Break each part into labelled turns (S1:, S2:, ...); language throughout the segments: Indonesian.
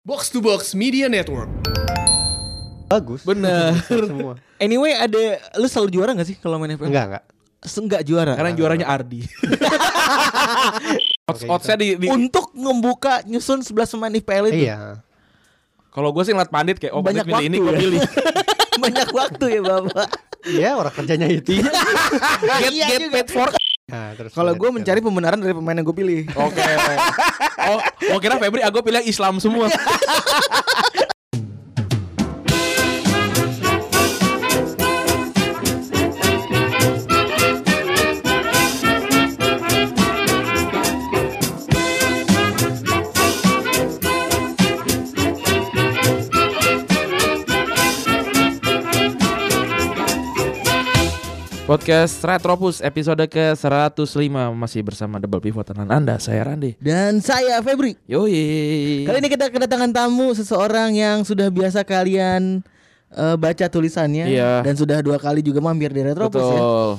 S1: Box to Box Media Network.
S2: Bagus.
S3: Bener.
S2: Semua.
S3: Anyway, ada lu selalu juara gak sih kalau main FM?
S2: Enggak, enggak.
S3: Se- Enggak juara. Ah.
S2: Karena
S3: Karena
S2: juaranya
S3: Ardi.
S2: Oke, gitu.
S4: Odds-oddsnya di, di
S3: Untuk membuka nyusun 11 pemain IPL itu
S2: Iya.
S4: kalau gue sih ngeliat pandit kayak oh
S3: banyak
S4: pandit milih
S3: waktu
S4: ini gue
S3: ya.
S4: pilih.
S3: banyak waktu ya Bapak.
S2: Iya, orang kerjanya itu.
S3: get
S4: Iya
S3: get
S4: juga.
S3: paid for.
S2: Nah, terus
S3: Kalau
S2: lihat
S3: gue
S2: kan.
S3: mencari pembenaran dari pemain yang gue pilih.
S4: Oke. Oh, oh kira Febri aku pilih yang Islam semua. Podcast Retropus episode ke-105 masih bersama Double Pivot dan Anda saya Randy.
S3: Dan saya Febri.
S4: Yoi.
S3: Kali ini kita kedatangan tamu seseorang yang sudah biasa kalian eh, baca tulisannya
S4: Iya.
S3: dan sudah dua kali juga mampir di Retropos ya.
S4: Betul.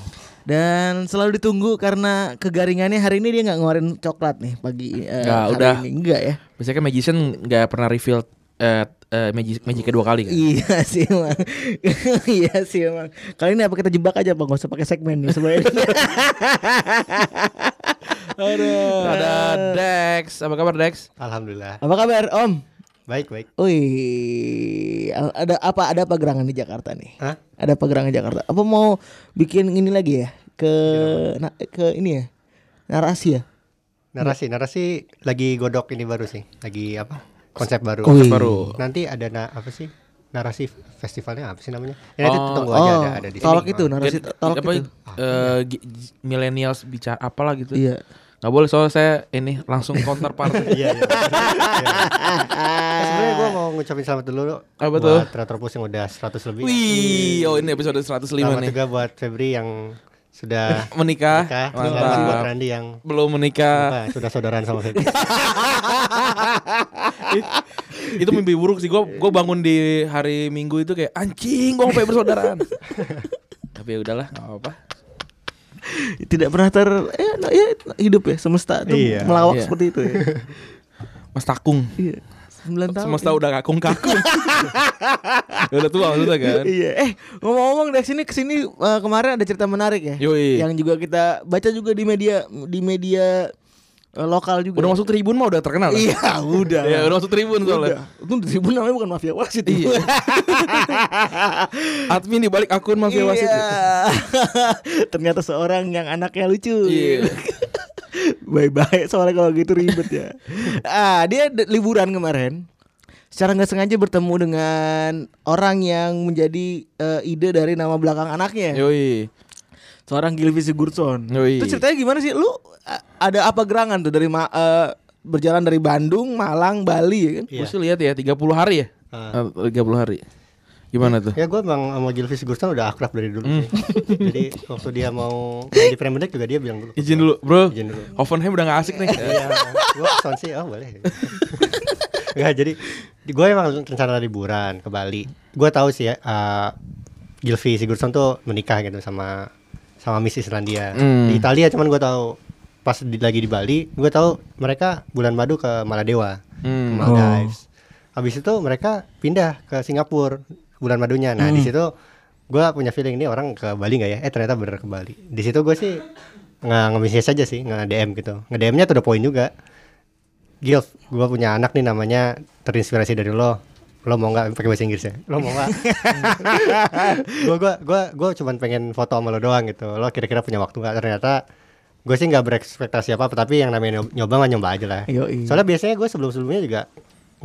S3: Dan selalu ditunggu karena kegaringannya hari ini dia nggak ngeluarin coklat nih pagi eh,
S4: Nggak,
S3: hari
S4: udah.
S3: ini enggak ya.
S4: Biasanya kan magician nggak pernah reveal eh eh, magic magic kedua kali kan.
S3: Iya sih emang Iya sih emang Kali ini apa kita jebak aja Bang Gak usah pakai segmen nih sebenarnya
S4: Ada Dex, apa kabar Dex?
S2: Alhamdulillah.
S3: Apa kabar Om?
S2: Baik, baik.
S3: Wih Ada apa ada apa gerangan di Jakarta nih?
S2: Hah?
S3: Ada apa gerangan di Jakarta? Apa mau bikin ini lagi ya? Ke na- ke ini ya? Narasi ya?
S2: Narasi, narasi lagi godok ini baru sih. Lagi apa? Konsep baru.
S3: Konsep
S4: baru.
S2: Nanti ada na apa sih? Narasi festivalnya apa sih namanya? Ya, nanti
S4: Oh,
S2: tunggu aja ada ada di sini.
S3: tolak itu
S2: Oh.
S3: narasi
S4: Gen-
S3: tolak
S4: apa,
S3: itu.
S4: eh, gi- gi- millennials bicara apalah gitu.
S3: Iya.
S4: Nggak boleh soalnya saya ini langsung counter part.
S2: Iya, iya. Iya. Nah, Sebenarnya gue mau ngucapin selamat dulu
S4: Apa tuh?
S2: buat Retropus yang udah 100 lebih.
S4: Wih, oh ini episode 105
S2: Selamat
S4: nih.
S2: juga buat Febri yang sudah
S4: Menikah.
S2: nikah. Selamat buat
S4: Mantap.
S2: Randy yang
S4: Belum
S2: apa,
S4: menikah.
S2: sudah saudaraan sama Febri.
S4: itu mimpi buruk sih gue gue bangun di hari minggu itu kayak anjing gue sampai persaudaraan tapi ya udahlah nggak apa,
S3: Tidak pernah ter eh, no, ya, hidup ya semesta tuh
S2: Iya.
S3: melawak
S4: Iya.
S3: seperti itu ya.
S4: mas takung
S3: Iya. 9 tahun.
S4: semesta udah kakung kakung udah tua maksudnya kan
S3: Iya. Eh, ngomong-ngomong dari sini ke sini eh, kemarin ada cerita menarik ya.
S4: Yoi.
S3: Yang juga kita baca juga di media di media eh, lokal juga.
S4: udah masuk tribun mah udah terkenal kan?
S3: Iya, udah.
S4: ya udah masuk tribun soalnya
S3: Itu di tribun namanya bukan mafia wasit.
S4: Iya. admin di balik akun mafia wasit ya.
S3: Iya. Ternyata seorang yang anaknya lucu.
S4: Iya.
S3: Baik-baik soalnya kalau gitu ribet ya. Ah, dia d- liburan kemarin. Secara nggak sengaja bertemu dengan orang yang menjadi eh, ide dari nama belakang anaknya.
S4: yoi
S3: Seorang Gilvi Sigurdsson.
S4: Yoi.
S3: Itu ceritanya gimana sih? Lu a- ada apa gerangan tuh dari ma- eh, berjalan dari Bandung, Malang, Bali ya kan?
S2: Iya.
S4: Gua sih lihat ya 30 hari ya
S2: Ah.
S4: tiga 30 hari gimana tuh
S2: Ya gue emang sama Gilvi Sigurdsson udah akrab dari dulu sih. Jadi waktu dia mau main di Premier League juga dia bilang dulu.
S4: izin dulu bro
S2: Izin dulu.
S4: Hoffenheim udah gak asik nih
S2: Iya, gue kesan sih, oh boleh. Enggak, jadi gue emang rencana liburan ke Bali. Gue tahu sih ya, eh, Gilvi Sigurdsson tuh menikah gitu sama sama Miss Islandia
S4: Hmm.
S2: di Italia. Cuman gue tahu pas di, lagi di Bali, gue tahu mereka bulan madu ke Maladewa, ke
S4: Hmm.
S2: Maldives. Habis itu mereka pindah ke Singapura bulan madunya. Nah di
S4: Hmm.
S2: situ gue punya feeling ini orang ke Bali nggak ya? Eh ternyata bener ke Bali. Di situ gue sih nggak nge-message aja sih, nggak DM gitu. Nge DM-nya tuh udah poin juga. Gil, gue punya anak nih namanya terinspirasi dari lo. Lo mau nggak pakai bahasa Inggris ya? Lo mau nggak? gue gua gua gua cuman pengen foto sama lo doang gitu. Lo kira-kira punya waktu nggak? Ternyata gue sih nggak berekspektasi apa, apa tapi yang namanya nyob- nyoba mah nyoba aja lah.
S3: Yoi.
S2: Soalnya biasanya gue sebelum-sebelumnya juga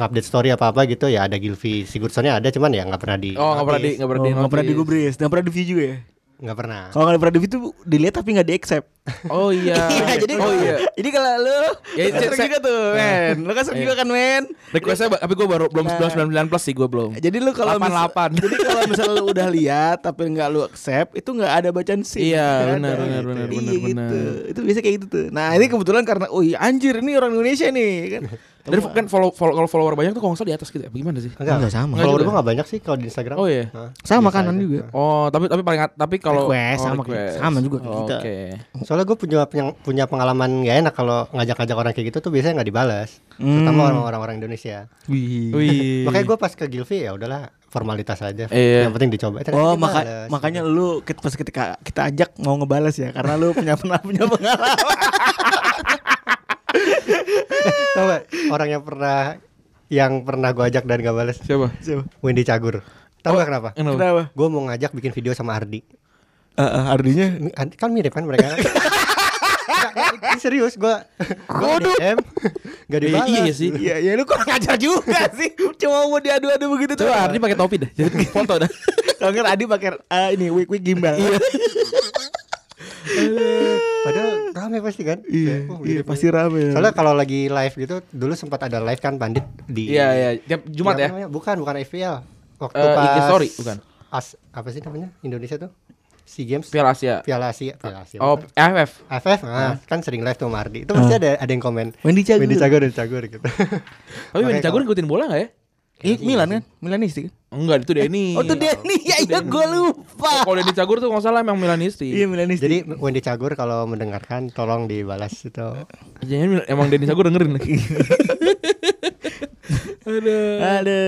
S2: ngupdate story apa-apa gitu ya ada Gilvi Sigurdssonnya ada cuman ya nggak pernah di
S4: oh nggak pernah di nggak pernah di
S3: Oh, nggak pernah
S4: notice.
S3: digubris, nggak pernah di view juga ya.
S2: nggak pernah
S3: Kalau nggak pernah di view itu dilihat tapi nggak di accept.
S4: oh iya
S3: Iya, jadi
S4: oh
S3: kalau-
S4: iya
S3: Jadi kalau lu
S4: Ya,
S3: lu sering
S4: saya-
S3: juga tuh, men. Lu kan sering
S4: Iya.
S3: juga kan, men.
S4: Requestnya ba- tapi gue baru belum
S3: Nah.
S4: 99 plus sih gue belum.
S3: Jadi lu kalau mis-
S4: 88.
S3: Jadi kalau misalnya lu udah lihat tapi nggak lu accept, itu nggak ada bacaan sih.
S4: Iya,
S3: Nggak
S4: benar,
S3: ada.
S4: benar, benar,
S3: Iya,
S4: benar,
S3: gitu.
S4: benar.
S3: Itu biasa kayak gitu tuh. Nah, ini kebetulan karena oh iya, anjir ini orang Indonesia nih kan.
S4: Dari kan follow, follow kalau follower banyak tuh kalau nggak salah di atas gitu ya. Bagaimana sih?
S3: Nggak sama.
S2: Follower
S4: juga.
S2: gue nggak banyak sih kalau di Instagram
S4: Oh, iya.
S2: Hah,
S3: Sama
S2: biasa
S3: kan, kanan
S2: aja.
S3: juga.
S4: Oh, tapi tapi paling tapi kalau
S3: Request,
S4: oh,
S3: sama kayak- gitu. sama juga kayak kita.
S4: Oke.
S2: Soalnya soalnya gue punya punya- punya pengalaman gak enak kalau ngajak-ngajak orang kayak gitu tuh biasanya nggak dibalas terutama
S3: Hmm. Iya.
S2: orang- orang-orang Indonesia
S3: Wih.
S4: Wih.
S2: makanya gue pas ke Gilvi ya udahlah formalitas aja
S4: Iya.
S2: yang penting dicoba Eh, ternyata
S3: Oh
S2: dibalas.
S3: maka, makanya lu ket- pas ketika kita ajak mau ngebales ya karena lu punya pernah punya pengalaman.
S2: Tau gak, orang yang pernah yang pernah gue ajak dan gak balas
S4: Siapa?
S3: Coba.
S2: Wendy Cagur Tau
S3: Oh.
S2: gak kenapa
S4: Kenapa?
S3: Kenapa?
S2: gue mau ngajak bikin video sama Ardi
S3: Eh, eh, artinya
S2: Mi- Ardi kan mirip kan mereka Nggak, nggak, ini serius gue gue DM gak
S4: Iya,
S2: dibalas
S4: iya sih.
S3: Iya, ya lu kurang ajar juga sih. Cuma mau diadu-adu begitu tuh.
S4: Coba Ardi pakai topi dah. Jadi foto dah.
S3: Kalau nggak Adi pakai eh, ini wig wig gimbal. Iya.
S2: padahal rame pasti kan
S3: iya,
S2: Oh,
S3: iya,
S2: mirip.
S3: pasti rame.
S2: soalnya kalau lagi live gitu dulu sempat ada live kan pandit di
S4: Iya, iya. Tiap Jumat
S2: Apa
S4: ya.
S2: namanya? bukan bukan FPL waktu
S4: Eh,
S2: pas
S4: IG story, bukan.
S2: as apa sih namanya Indonesia tuh Sea Games
S4: Piala Asia.
S2: Piala Asia Piala Asia
S4: Oh, AFF.
S2: AFF nah, kan sering live tuh Mardi. Itu pasti ada ada yang komen.
S3: Wendy Cagur.
S2: Wendy Cagur, Wendy Cagur gitu.
S4: Tapi Wendy
S2: Makanya
S4: Cagur ngikutin bola gak ya?
S3: Ih, Milan kan? Milanisti kan?
S4: Enggak, itu Denny.
S3: Oh, tuh Denny. Ya, ya gue lupa.
S4: Kalau Denny Cagur tuh nggak salah
S3: Iya,
S4: emang Milanisti.
S3: Milanisti.
S2: Jadi Wendy Cagur kalau mendengarkan tolong dibalas itu.
S4: Jangan Mil- emang Denny Cagur dengerin lagi. Aduh.
S3: ada.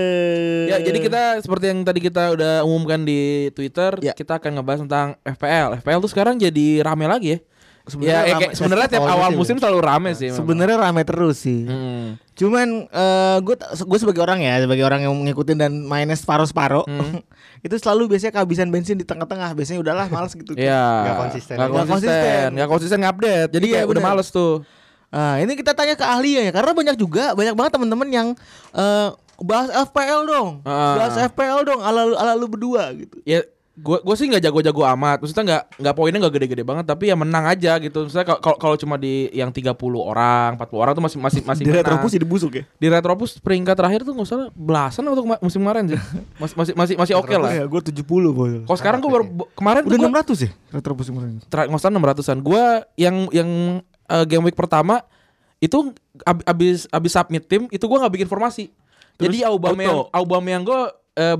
S4: Ya, jadi kita seperti yang tadi kita udah umumkan di Twitter,
S3: Ya.
S4: kita akan ngebahas tentang FPL. FPL tuh sekarang jadi rame lagi ya.
S3: Sebenarnya
S4: ya, ya
S3: rame.
S4: kayak sebenarnya tiap
S2: Awal
S4: awal
S2: musim.
S4: musim selalu rame
S3: Nah,
S4: sih. memang.
S3: sebenarnya rame terus sih.
S4: Hmm.
S3: Cuman eh, gue gue sebagai orang ya, sebagai orang yang ngikutin dan mainnya separuh-separuh,
S4: Hmm.
S3: itu selalu biasanya kehabisan bensin di tengah-tengah. Biasanya udahlah males gitu.
S4: Iya.
S2: Nggak konsisten.
S4: Nggak
S3: Nggak konsisten.
S4: konsisten. Nggak konsisten update. Jadi
S3: Iya,
S4: kayak udah
S3: bener.
S4: males tuh.
S3: Ah, ini kita tanya ke ahli ya, karena banyak juga, banyak banget teman-teman yang eh, bahas FPL dong,
S4: Ah.
S3: bahas FPL dong, ala lu, ala lu berdua gitu.
S4: Ya gua gua sih nggak jago-jago amat. Maksudnya nggak nggak poinnya nggak gede-gede banget tapi ya menang aja gitu. Misalnya kalau- kalau kalau cuma di yang 30 orang, 40 orang tuh masih masih masih
S3: Di
S4: menang.
S3: Retropus jadi busuk ya.
S4: di Retropus peringkat terakhir tuh nggak salah belasan untuk musim kemarin sih. Mas- masih masih masih oke lah.
S3: Ya, gue 70 boy.
S4: Kalau sekarang gue baru bo- kemarin tuh
S3: Udah
S4: kan gua,
S3: 600 ya Retropus kemarin.
S4: ter- ngosan 600-an. Gue yang yang eh, game week pertama itu ab- abis abis submit tim itu gue nggak bikin formasi. Jadi Aubameyang Aubameyang gue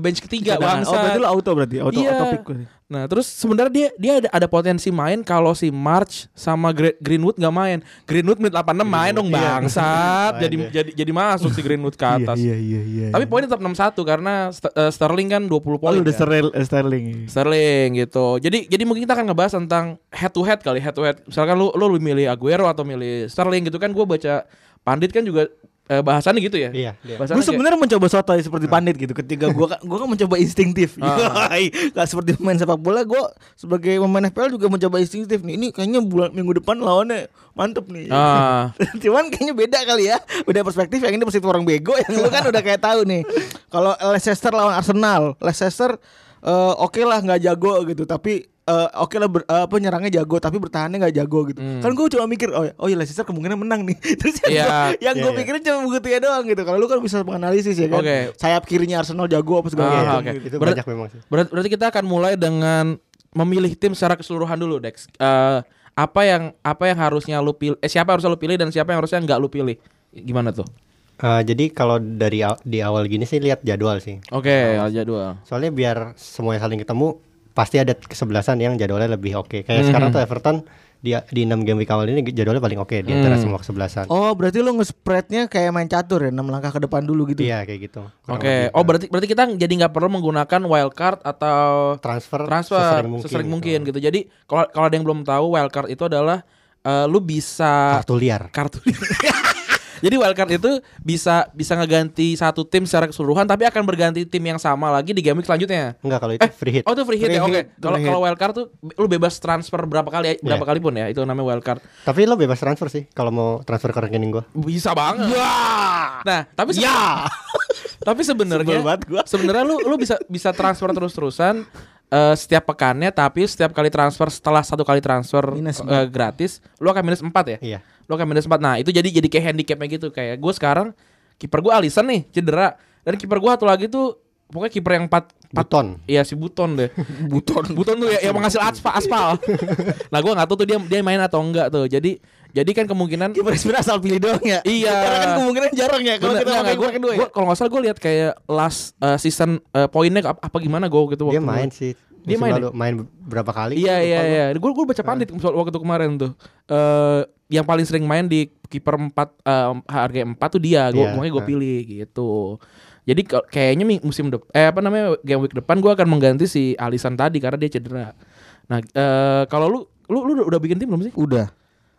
S4: bench ketiga
S3: Cadangan.
S4: bangsa.
S3: Oh, berarti lu auto berarti, auto
S4: Iya.
S3: auto pick berarti.
S4: Nah terus sebenarnya dia dia ada ada potensi main kalau si March sama Gre- Greenwood nggak main. Greenwood menit 86 main dong bangsat.
S2: Main
S4: jadi
S2: dia.
S4: jadi jadi masuk si Greenwood ke atas.
S3: Iya, iya, iya.
S4: Tapi poinnya tetap 61 karena St- eh, Sterling kan 20
S3: Oh,
S4: poin.
S3: lu udah
S4: kan.
S3: Sterling, eh, Sterling.
S4: Sterling gitu. Jadi jadi mungkin kita akan ngebahas tentang head to head kali head to head. Misalkan lu lu lebih milih Aguero atau milih Sterling gitu kan gua baca pandit kan juga eh, bahasannya gitu ya.
S2: Iya, iya.
S4: Bahasannya
S3: Gue
S4: kayak-
S3: sebenarnya mencoba sotoy seperti pandit gitu. Ketika gue gue kan mencoba instinktif.
S4: Ah.
S3: Gak seperti pemain sepak bola, gue sebagai pemain FPL juga mencoba instinktif nih. Ini kayaknya bulan minggu depan lawannya mantep nih.
S4: Ah.
S3: Cuman kayaknya beda kali ya. Udah perspektif yang ini perspektif orang bego, yang lu kan udah kayak tahu nih. Kalau Leicester lawan Arsenal, Leicester eh, oke lah nggak jago gitu, tapi eh, oke lah ber- eh, apa nyerangnya jago tapi bertahannya nggak jago gitu. Kan gue cuma mikir oh ya, oh ya Leicester kemungkinan menang nih. Terus yang
S4: Hmm. Iya.
S3: gua- yang
S2: Iya,
S3: gue
S2: iya.
S3: pikirin cuma begitu ya doang gitu. Kalau lu kan bisa menganalisis ya kan.
S4: Oke.
S3: Sayap kirinya Arsenal jago apa segala
S4: Ah,
S3: macam
S4: oke.
S3: gitu.
S2: Itu
S4: Ber-
S2: banyak memang sih.
S4: Berarti, berarti kita akan mulai dengan memilih tim secara keseluruhan dulu, Dex. Eh, apa yang apa yang harusnya lu pilih? Eh, siapa yang harus lu pilih dan siapa yang harusnya nggak lu pilih? Gimana tuh?
S2: Eh, jadi kalau dari aw- di awal gini sih lihat jadwal sih.
S4: Oke, jadwal.
S2: Soalnya biar semuanya saling ketemu pasti ada kesebelasan yang jadwalnya lebih oke. Kayak
S4: Mhm.
S2: sekarang tuh Everton di di 6 game week awal ini jadwalnya paling oke di
S4: Mhm.
S2: antara semua kesebelasan.
S3: Oh, berarti lu nge-spreadnya kayak main catur ya, 6 langkah ke depan dulu gitu.
S2: Iya, kayak gitu. Kurang
S4: Oke.
S2: lebih.
S4: Oh, berarti berarti kita jadi nggak perlu menggunakan wildcard atau
S2: transfer
S4: transfer
S2: sesering mungkin.
S4: sesering
S2: gitu.
S4: mungkin, gitu. Jadi kalau kalau ada yang belum tahu wildcard itu adalah eh, lu bisa
S2: Kartu liar.
S4: kartu. Jadi wildcard itu bisa bisa ngeganti satu tim secara keseluruhan tapi akan berganti tim yang sama lagi di game week selanjutnya.
S2: Enggak kalau itu free hit.
S4: Oh itu free hit
S3: Free
S4: ya oke.
S3: hit,
S4: Kalau
S3: free hit.
S4: kalau wildcard tuh lu bebas transfer berapa kali berapa kali pun ya itu namanya wildcard.
S2: Tapi lo bebas transfer sih kalau mau transfer ke rekening gua.
S4: Bisa banget.
S3: Iya.
S4: Nah tapi se- tapi sebenarnya
S3: Sebel banget gua.
S4: sebenarnya lu lu bisa bisa transfer terus terusan setiap pekannya tapi setiap kali transfer setelah satu kali transfer
S3: Minus
S4: eh, gratis lu akan minus 4 ya.
S2: Iya.
S4: Lu akan minus 4. Nah itu jadi jadi kayak handicapnya gitu kayak gue sekarang kiper gue Alisson nih cedera dan kiper gue satu lagi tuh pokoknya kiper yang 4
S2: Buton.
S4: Iya si Buton deh. Buton. Buton tuh ya, yang menghasil aspa- aspal. nah gua nggak tahu tuh dia dia main atau enggak tuh. Jadi jadi kan kemungkinan
S3: Kiper sebenarnya asal pilih doang ya.
S4: Iya.
S3: Karena kan kemungkinan jarang ya kalau
S4: Bener,
S3: kita
S4: nggak,
S3: pakai
S4: nggak, gua,
S3: kiper kedua ya.
S4: eh, gua- kalau nggak salah gue lihat kayak last uh, season uh, poinnya ap- apa gimana gue gitu
S2: Dia
S4: waktu
S2: main
S4: gua-
S2: sih.
S4: Dia
S2: Musim
S4: main ya?
S2: lalu main berapa kali?
S4: Iya
S2: Lupa
S4: iya
S2: gua.
S4: iya. Gue gue baca pandit waktu itu kemarin tuh. Eh yang paling sering main di kiper 4 harga 4 tuh dia. Gue
S2: Iya,
S4: makanya gue
S2: ah.
S4: pilih gitu. Jadi ke- kayaknya mi- musim depan eh apa namanya game week depan gue akan mengganti si Alisan tadi karena dia cedera. Nah, eh kalau lu lu lu udah- udah bikin tim belum sih?
S3: Udah.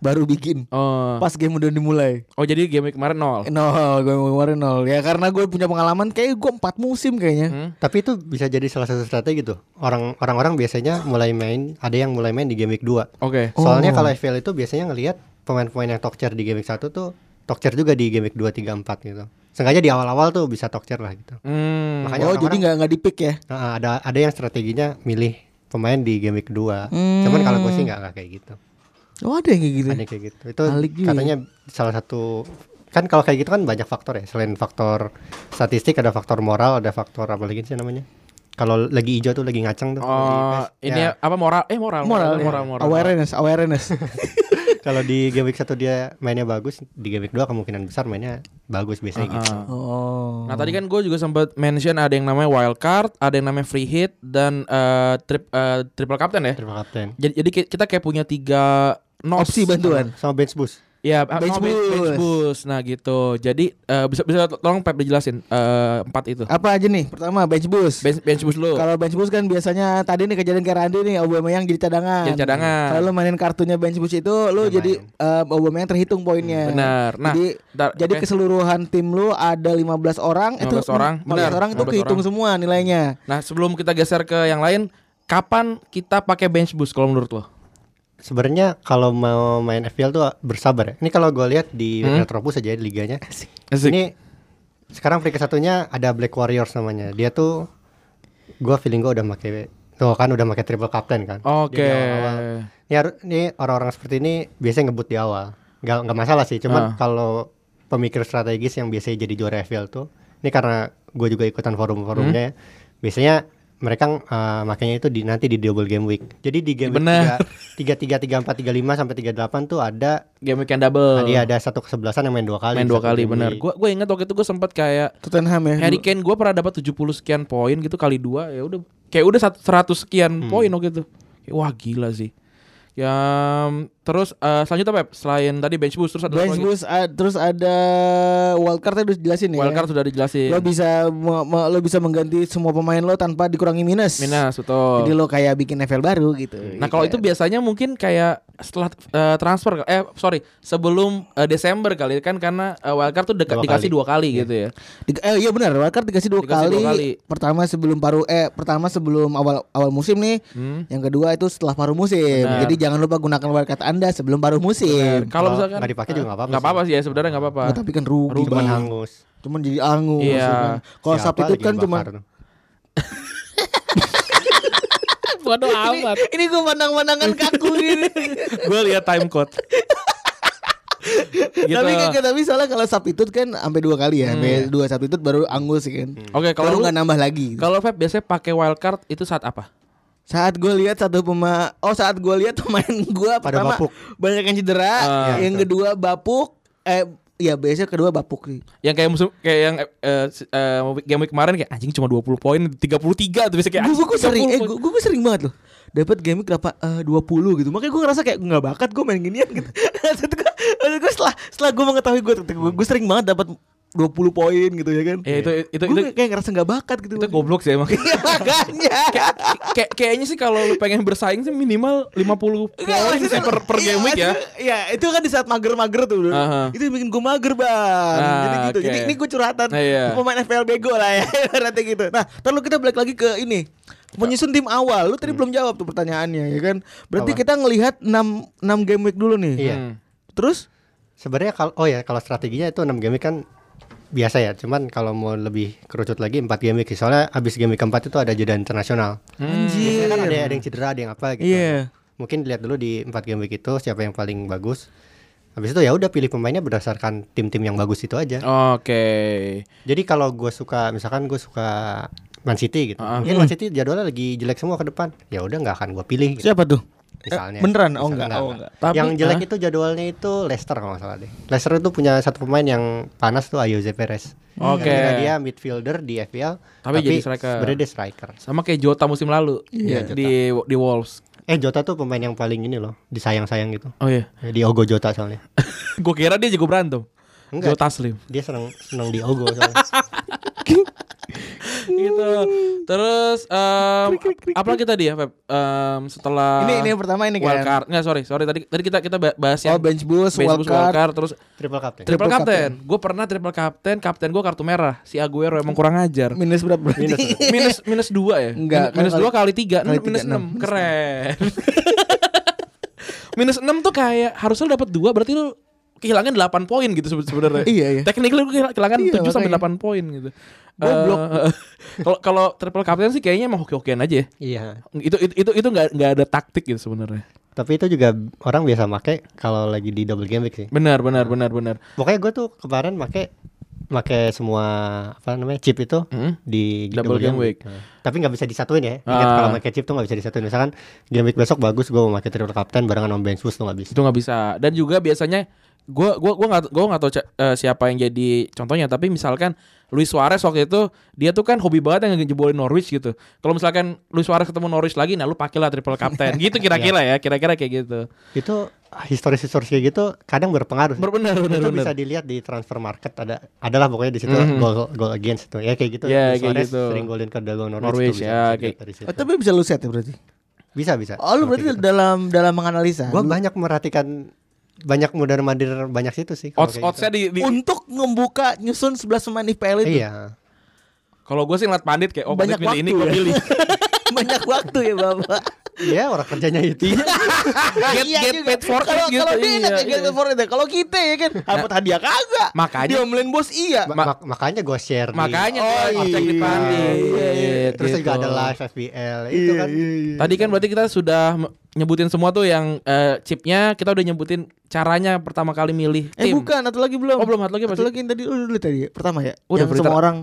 S3: Baru bikin.
S4: Oh,
S3: Pas game udah dimulai.
S4: oh jadi game week kemarin nol.
S3: Nol, gue kemarin nol. Ya karena gue punya pengalaman kayak gue empat musim kayaknya. Oh,
S4: Hmm.
S2: Tapi itu bisa jadi salah satu strategi tuh. Orang orang-orang biasanya mulai main, ada yang mulai main di game week 2.
S4: Oke.
S2: Soalnya
S3: Oh.
S2: kalau FPL itu biasanya ngelihat pemain-pemain yang tokcer di game week 1 tuh tokcer juga di game week 2 3 4 gitu. Sengaja di awal-awal tuh bisa tokcer lah gitu.
S4: Hmm.
S2: Makanya
S3: Oh, jadi
S2: orang-orang-
S3: nggak nggak dipik ya?
S2: Nah, ada ada yang strateginya milih pemain di game week 2. Cuman kalau gue sih nggak nggak kayak gitu.
S3: Oh ada yang kayak gitu.
S2: Ada kayak gitu. Itu
S3: Alik juga ya.
S2: katanya salah satu kan kalau kayak gitu kan banyak faktor ya. Selain faktor statistik ada faktor moral, ada faktor apa lagi sih namanya? Kalau lagi hijau tuh lagi ngaceng tuh. lagi
S4: Oh,
S2: best.
S4: ini
S2: Ya,
S4: apa moral? Eh moral.
S3: Moral, ya.
S4: moral, moral.
S3: awareness, awareness.
S2: kalau di game week 1 dia mainnya bagus, di game week 2 kemungkinan besar mainnya bagus biasanya gitu.
S4: Ah.
S3: oh.
S4: Nah tadi kan gue juga sempat mention ada yang namanya wild card, ada yang namanya free hit dan eh, trip eh, triple captain ya.
S2: Terima kapten.
S4: Jadi, jadi ki- kita kayak punya tiga nos.
S3: Opsi bantuan.
S2: Sama bench boost.
S4: Ya ah,
S3: Bench
S4: no, bench,
S3: boost.
S4: bench boost. Nah gitu. Jadi eh, bisa bisa tolong Pep dijelasin eh, empat itu.
S3: Apa aja nih? Pertama bench boost.
S4: Bench, bench boost dulu.
S3: Kalau bench boost kan biasanya tadi nih kejadian kayak Randy nih Aubameyang jadi cadangan.
S4: Jadi cadangan.
S3: Kalau lu mainin kartunya bench boost itu lu
S2: Dia
S3: jadi um, Aubameyang terhitung poinnya.
S4: Benar. Nah,
S3: jadi
S4: bentar,
S3: jadi
S4: oke.
S3: keseluruhan tim lu ada 15 orang
S4: 15 orang,
S3: 15
S4: benar.
S3: orang itu
S4: 15
S3: kehitung
S4: orang.
S3: semua nilainya.
S4: Nah sebelum kita geser ke yang lain, kapan kita pakai bench boost kalau menurut lo?
S2: Sebenarnya kalau mau main FPL tuh bersabar ya. Ini kalau gue lihat di Retropus aja ya, di liganya. Ini sekarang peringkat satunya ada Black Warriors namanya. Dia tuh gua feeling gua udah pakai tuh kan udah pakai triple captain kan.
S4: Oke.
S2: Dia di awal-awal. Ini haru- ini orang-orang seperti ini biasanya ngebut di awal. Gak nggak masalah sih,
S4: Ah.
S2: cuman kalau pemikir strategis yang biasanya jadi juara FPL tuh ini karena gue juga ikutan forum-forumnya
S4: Hmm.
S2: ya. Biasanya mereka eh, makanya itu di nanti di double game week. Jadi di game
S4: Bener.
S2: week 3 3 3 4 3 5 sampai 38 tuh ada
S4: Game weekend double.
S2: tadi ada satu kesebelasan yang main dua kali.
S4: Main
S2: di
S4: dua
S2: satu
S4: kali
S2: game
S4: benar.
S2: week.
S4: Gue gue ingat waktu itu gue sempat kayak
S3: Tottenham ya.
S4: Harry Kane gue pernah dapat 70 sekian poin gitu kali dua ya udah kayak udah sat- 100 sekian poin waktu itu. Kayak, Wah gila sih. Ya terus eh, selanjutnya Pep selain tadi bench boost terus ada
S3: Bench
S4: satu lagi.
S3: boost ah, terus ada wildcard tadi udah jelasin ya.
S4: Wildcard sudah dijelasin.
S3: Lo bisa me- me- lo bisa mengganti semua pemain lo tanpa dikurangi minus.
S4: Minus betul.
S3: Jadi lo kayak bikin level baru gitu.
S4: Nah kalau itu biasanya mungkin kayak setelah eh, transfer eh sorry sebelum eh, Desember kali kan karena eh, wildcard tuh dekat
S2: Dua
S4: dikasih
S2: kali.
S4: dua kali gitu ya.
S3: Di- eh iya benar, wildcard dikasih dua,
S4: Dikasih
S3: kali.
S4: dua kali.
S3: Pertama sebelum paruh eh pertama sebelum awal awal musim nih.
S4: Hmm.
S3: Yang kedua itu setelah paruh musim.
S4: Benar.
S3: Jadi jangan lupa gunakan wildcard Anda sebelum paruh musim.
S4: Kalau misalkan
S2: nggak dipakai juga nggak apa-apa.
S4: nggak apa-apa sih ya sebenarnya nggak apa-apa.
S3: Nah, tapi kan rugi.
S2: Cuman
S3: Bang.
S2: hangus.
S3: Cuman jadi angus.
S4: Iya.
S3: ya kan. Kalau
S2: Siapa
S3: substitute
S2: lagi
S3: kan
S2: yang
S3: cuma
S2: bakar tuh?
S4: Waduh amat.
S3: ini gue pandang-pandangan kaku ini.
S4: gue lihat time code. gitu.
S3: Tapi kan tapi soalnya kalau substitute kan sampai dua kali ya, sampai dua substitute baru angus sih kan.
S4: Oke, Hmm. kalau
S3: Baru
S4: lu-
S3: nggak nambah lagi.
S4: Kalau Feb biasanya pakai wildcard itu saat apa?
S3: Saat gue lihat satu pemain, oh saat gue lihat pemain gue
S2: Pada
S3: pertama
S2: bapuk.
S3: banyak yang cedera,
S4: Ah,
S3: yang kedua bapuk, eh ya biasanya kedua bapuk nih.
S4: Yang kayak musim kayak yang eh, eh, si- eh, game week kemarin kayak anjing cuma 20 poin, 33 tuh bisa kayak
S3: Gue gue
S4: anjing,
S3: sering,
S4: 30
S3: eh
S4: poin.
S3: gue gue sering banget loh. Dapat game berapa? Eh, 20 gitu. Makanya gue ngerasa kayak nggak bakat gue main ginian gitu. maksud gue, maksud gue setelah setelah gue mengetahui gue gue gue sering banget dapat 20 poin gitu ya kan.
S4: Ya, itu itu itu,
S3: gue kayak ngerasa nggak bakat gitu.
S4: itu goblok sih emang.
S3: Iya makanya.
S4: Kayak kayaknya sih kalau lu pengen bersaing sih minimal 50
S3: Enggak,
S4: poin
S3: maksudnya-
S4: sih per, per
S3: iya,
S4: game week ya.
S3: maksudnya- Iya, itu kan di saat mager-mager tuh. dulu.
S4: Aha.
S3: Itu yang bikin gue mager, Bang.
S4: Ah,
S3: Jadi gitu. Jadi
S4: oke.
S3: ini gue curhatan
S4: Nah, iya.
S3: pemain FPL bego lah ya, ibaratnya gitu. Nah, terus kita balik lagi ke ini. Menyusun tim awal, lu
S4: Hmm.
S3: tadi belum jawab tuh pertanyaannya ya kan. Berarti kita ngelihat 6 6 game week dulu nih.
S2: Iya.
S4: Hmm.
S3: Terus
S2: Sebenarnya kalau oh ya kalau strateginya itu 6 game week kan biasa ya. Cuman kalau mau lebih kerucut lagi 4 game week sih. Soalnya abis game week keempat itu ada jeda internasional.
S3: anjir.
S2: Biasanya kan ada ada yang cedera, ada yang apa gitu.
S3: Iya.
S2: Mungkin dilihat dulu di 4 game week itu siapa yang paling bagus. Habis itu ya udah pilih pemainnya berdasarkan tim-tim yang bagus itu aja.
S4: Oke.
S3: Iya,
S2: Jadi kalau gue suka misalkan gue suka Man City gitu.
S4: Ah.
S2: Mungkin Man City jadwalnya lagi jelek semua ke depan. Ya udah nggak akan gue pilih. Gitu.
S3: Siapa tuh?
S2: misalnya.
S3: beneran? Oh,
S2: Misalnya,
S3: enggak. Oh, enggak.
S4: Tapi-
S2: yang jelek
S4: Hah?
S2: itu jadwalnya itu Leicester kalau nggak salah deh. Leicester itu punya satu pemain yang panas tuh Ayoze Perez.
S4: Oke.
S2: Karena dia midfielder di FPL,
S4: Tapi jadi striker.
S2: Sebenarnya dia striker.
S4: Sama kayak Jota musim lalu
S2: Iya, Jota.
S4: di di Wolves.
S2: Eh Jota tuh pemain yang paling ini loh, disayang-sayang gitu.
S4: Oh iya.
S2: Di Ogo Jota soalnya.
S4: Gue kira dia jago berantem.
S2: Enggak.
S4: Jota Slim.
S2: Dia seneng seneng di Ogo soalnya.
S4: gitu. Terus em apa lagi tadi ya, Feb? Em, setelah
S3: Ini ini yang pertama ini
S4: wild
S3: kan.
S4: card. Nggak, sorry, sorry tadi tadi kita kita ba- bahas yang
S3: Oh, bench boost,
S4: bench
S3: wild
S4: boost, wild
S3: card.
S4: card, terus
S2: Triple ya? captain.
S4: triple,
S3: Triple
S4: captain. Gue pernah triple captain, kapten gue kartu merah. Si Aguero emang kurang ajar.
S3: Minus berapa berarti?
S2: Minus.
S4: minus minus dua ya?
S3: Enggak,
S4: Min- minus
S3: kali-
S4: dua kali tiga,
S3: kali
S4: enam- minus
S3: tiga,
S4: enam.
S3: enam.
S4: Keren. minus enam tuh kayak harusnya lu dapat dua, berarti lu kehilangan delapan poin gitu sebe- sebenarnya.
S3: Iya, iya.
S4: Teknik lu kehil- kehilangan
S3: Iya,
S4: tujuh sampai
S3: makanya.
S4: delapan poin gitu.
S3: Goblok.
S4: Eh, Kalau kalau triple captain sih kayaknya emang hoki-hokian aja. ya.
S2: Iya.
S4: Itu itu itu itu nggak nggak ada taktik gitu sebenarnya.
S2: Tapi itu juga orang biasa make kalau lagi di double game week sih.
S4: Benar, benar, benar, benar.
S2: Pokoknya gue tuh kemarin make make semua apa namanya chip itu
S4: Mm.
S2: di
S4: Double game week.
S2: Nah, Tapi nggak bisa disatuin ya. Ingat
S4: Ah.
S2: kalau make chip tuh nggak bisa disatuin. Misalkan game week besok bagus gue mau make triple captain barengan sama bench boost tuh nggak bisa.
S4: itu nggak bisa dan juga biasanya gua gua gua nggak gua nggak tahu ca- eh, siapa yang jadi contohnya tapi misalkan Luis Suarez waktu itu dia tuh kan hobi banget yang ngejebolin Norwich gitu kalau misalkan Luis Suarez ketemu Norwich lagi nah lu pakailah triple captain gitu kira-kira
S3: Iya.
S4: ya kira-kira kayak gitu
S2: Itu historis-historis kayak gitu kadang berpengaruh. sih.
S4: benar benar
S2: itu
S4: benar Hmm.
S2: bisa dilihat di transfer market ada adalah pokoknya di situ goal goal against itu ya kayak gitu Luis
S4: Ya, kayak
S2: Suarez
S4: gitu.
S2: sering golin ke dalam Norwich,
S4: Norwich,
S2: tuh bisa,
S4: ya,
S2: bisa dilihat
S4: kayak- Ah,
S2: dari situ.
S3: Oh, tapi bisa lu set ya berarti.
S2: bisa bisa
S3: Oh, lu berarti dalam dalam menganalisa.
S2: gue
S3: Lu-
S2: banyak merhatikan banyak mudar mandir banyak situ sih kalau
S4: odds
S2: kayak
S4: oddsnya
S2: gitu.
S4: di, di-
S3: untuk membuka nyusun 11 pemain IPL itu
S2: iya
S4: kalau gue sih ngeliat pandit kayak oh
S3: banyak
S4: pandit
S3: waktu
S4: milih ini gue
S3: ya.
S4: pilih
S3: banyak waktu ya bapak.
S2: iya orang kerjanya itu
S4: Get- get
S3: Iya juga.
S4: paid for it
S3: kalau,
S4: gitu,
S3: Kalau dia enak
S4: iya,
S3: ya, get
S4: iya. Nah,
S3: paid for it ya. Kalau kita ya kan dapat hadiah kagak.
S4: makanya-
S3: diomelin bos iya.
S2: Ma-
S4: Ma-
S2: mak- makanya gue share
S4: makanya
S3: Oh,
S4: tuh, cek di
S3: iya,
S4: pandit
S3: iya, iya.
S2: terus juga
S4: gitu.
S2: ada live FBL itu kan
S4: Tadi kan berarti kita sudah me- nyebutin semua tuh yang eh, chipnya kita udah nyebutin caranya pertama kali milih
S3: Eh
S4: tim.
S3: bukan, atau lagi belum?
S4: Oh, belum, satu lagi apa
S3: Satu
S4: sih? Iya,
S3: lagi yang tadi udah dulu tadi ya, pertama ya.
S4: Udah,
S3: yang
S4: berita-
S3: semua orang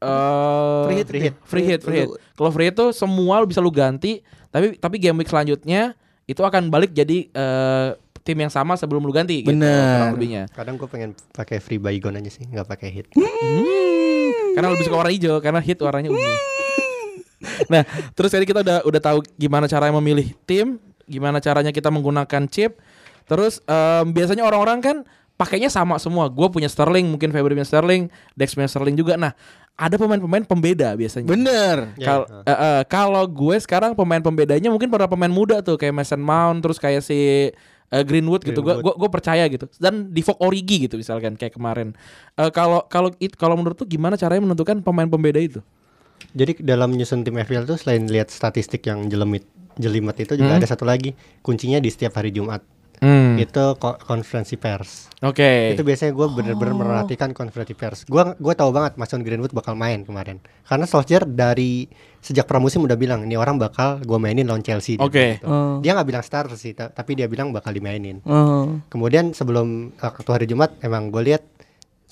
S4: Eh,
S3: Free hit,
S4: free
S3: free
S4: hit, free hit, free hit. Kalau free hit tuh semua lu bisa lu ganti, tapi tapi game week selanjutnya itu akan balik jadi eh, tim yang sama sebelum lu ganti. gitu,
S3: Bener.
S4: kurang lebihnya.
S2: kadang gue pengen pakai free baygon aja sih nggak pakai hit
S4: Karena lebih suka warna hijau karena hit warnanya ungu. nah, terus tadi kita udah udah tahu gimana caranya memilih tim, gimana caranya kita menggunakan chip. Terus em, biasanya orang-orang kan pakainya sama semua. Gue punya Sterling, mungkin Febri punya Sterling, Dex punya Sterling juga. Nah, ada pemain-pemain pembeda biasanya.
S3: bener.
S4: Kal- eh, eh, Kalau gue sekarang pemain pembedanya mungkin para pemain muda tuh kayak Mason Mount terus kayak si eh, Greenwood gitu. Gue gue gue percaya gitu. Dan di Vogue Origi gitu misalkan kayak kemarin. Eh, Kalau kalau it- kalau menurut tuh gimana caranya menentukan pemain pembeda itu?
S2: Jadi dalam nyusun tim FPL tuh selain lihat statistik yang jelemit jelimet itu juga ada satu lagi kuncinya di setiap hari Jumat itu ko- konferensi pers
S4: Oke.
S2: Hmm.
S4: Oh.
S2: itu biasanya gue bener-bener merhatikan konferensi pers gue gue tahu banget Mason Greenwood bakal main kemarin karena Solskjaer dari sejak pramusim udah bilang ini orang bakal gue mainin lawan Chelsea Dia bilang
S4: Oke.
S2: gitu.
S3: Oh.
S2: dia nggak bilang starter sih ta- tapi dia bilang bakal dimainin
S3: Oh.
S2: kemudian sebelum eh, waktu hari Jumat emang gue lihat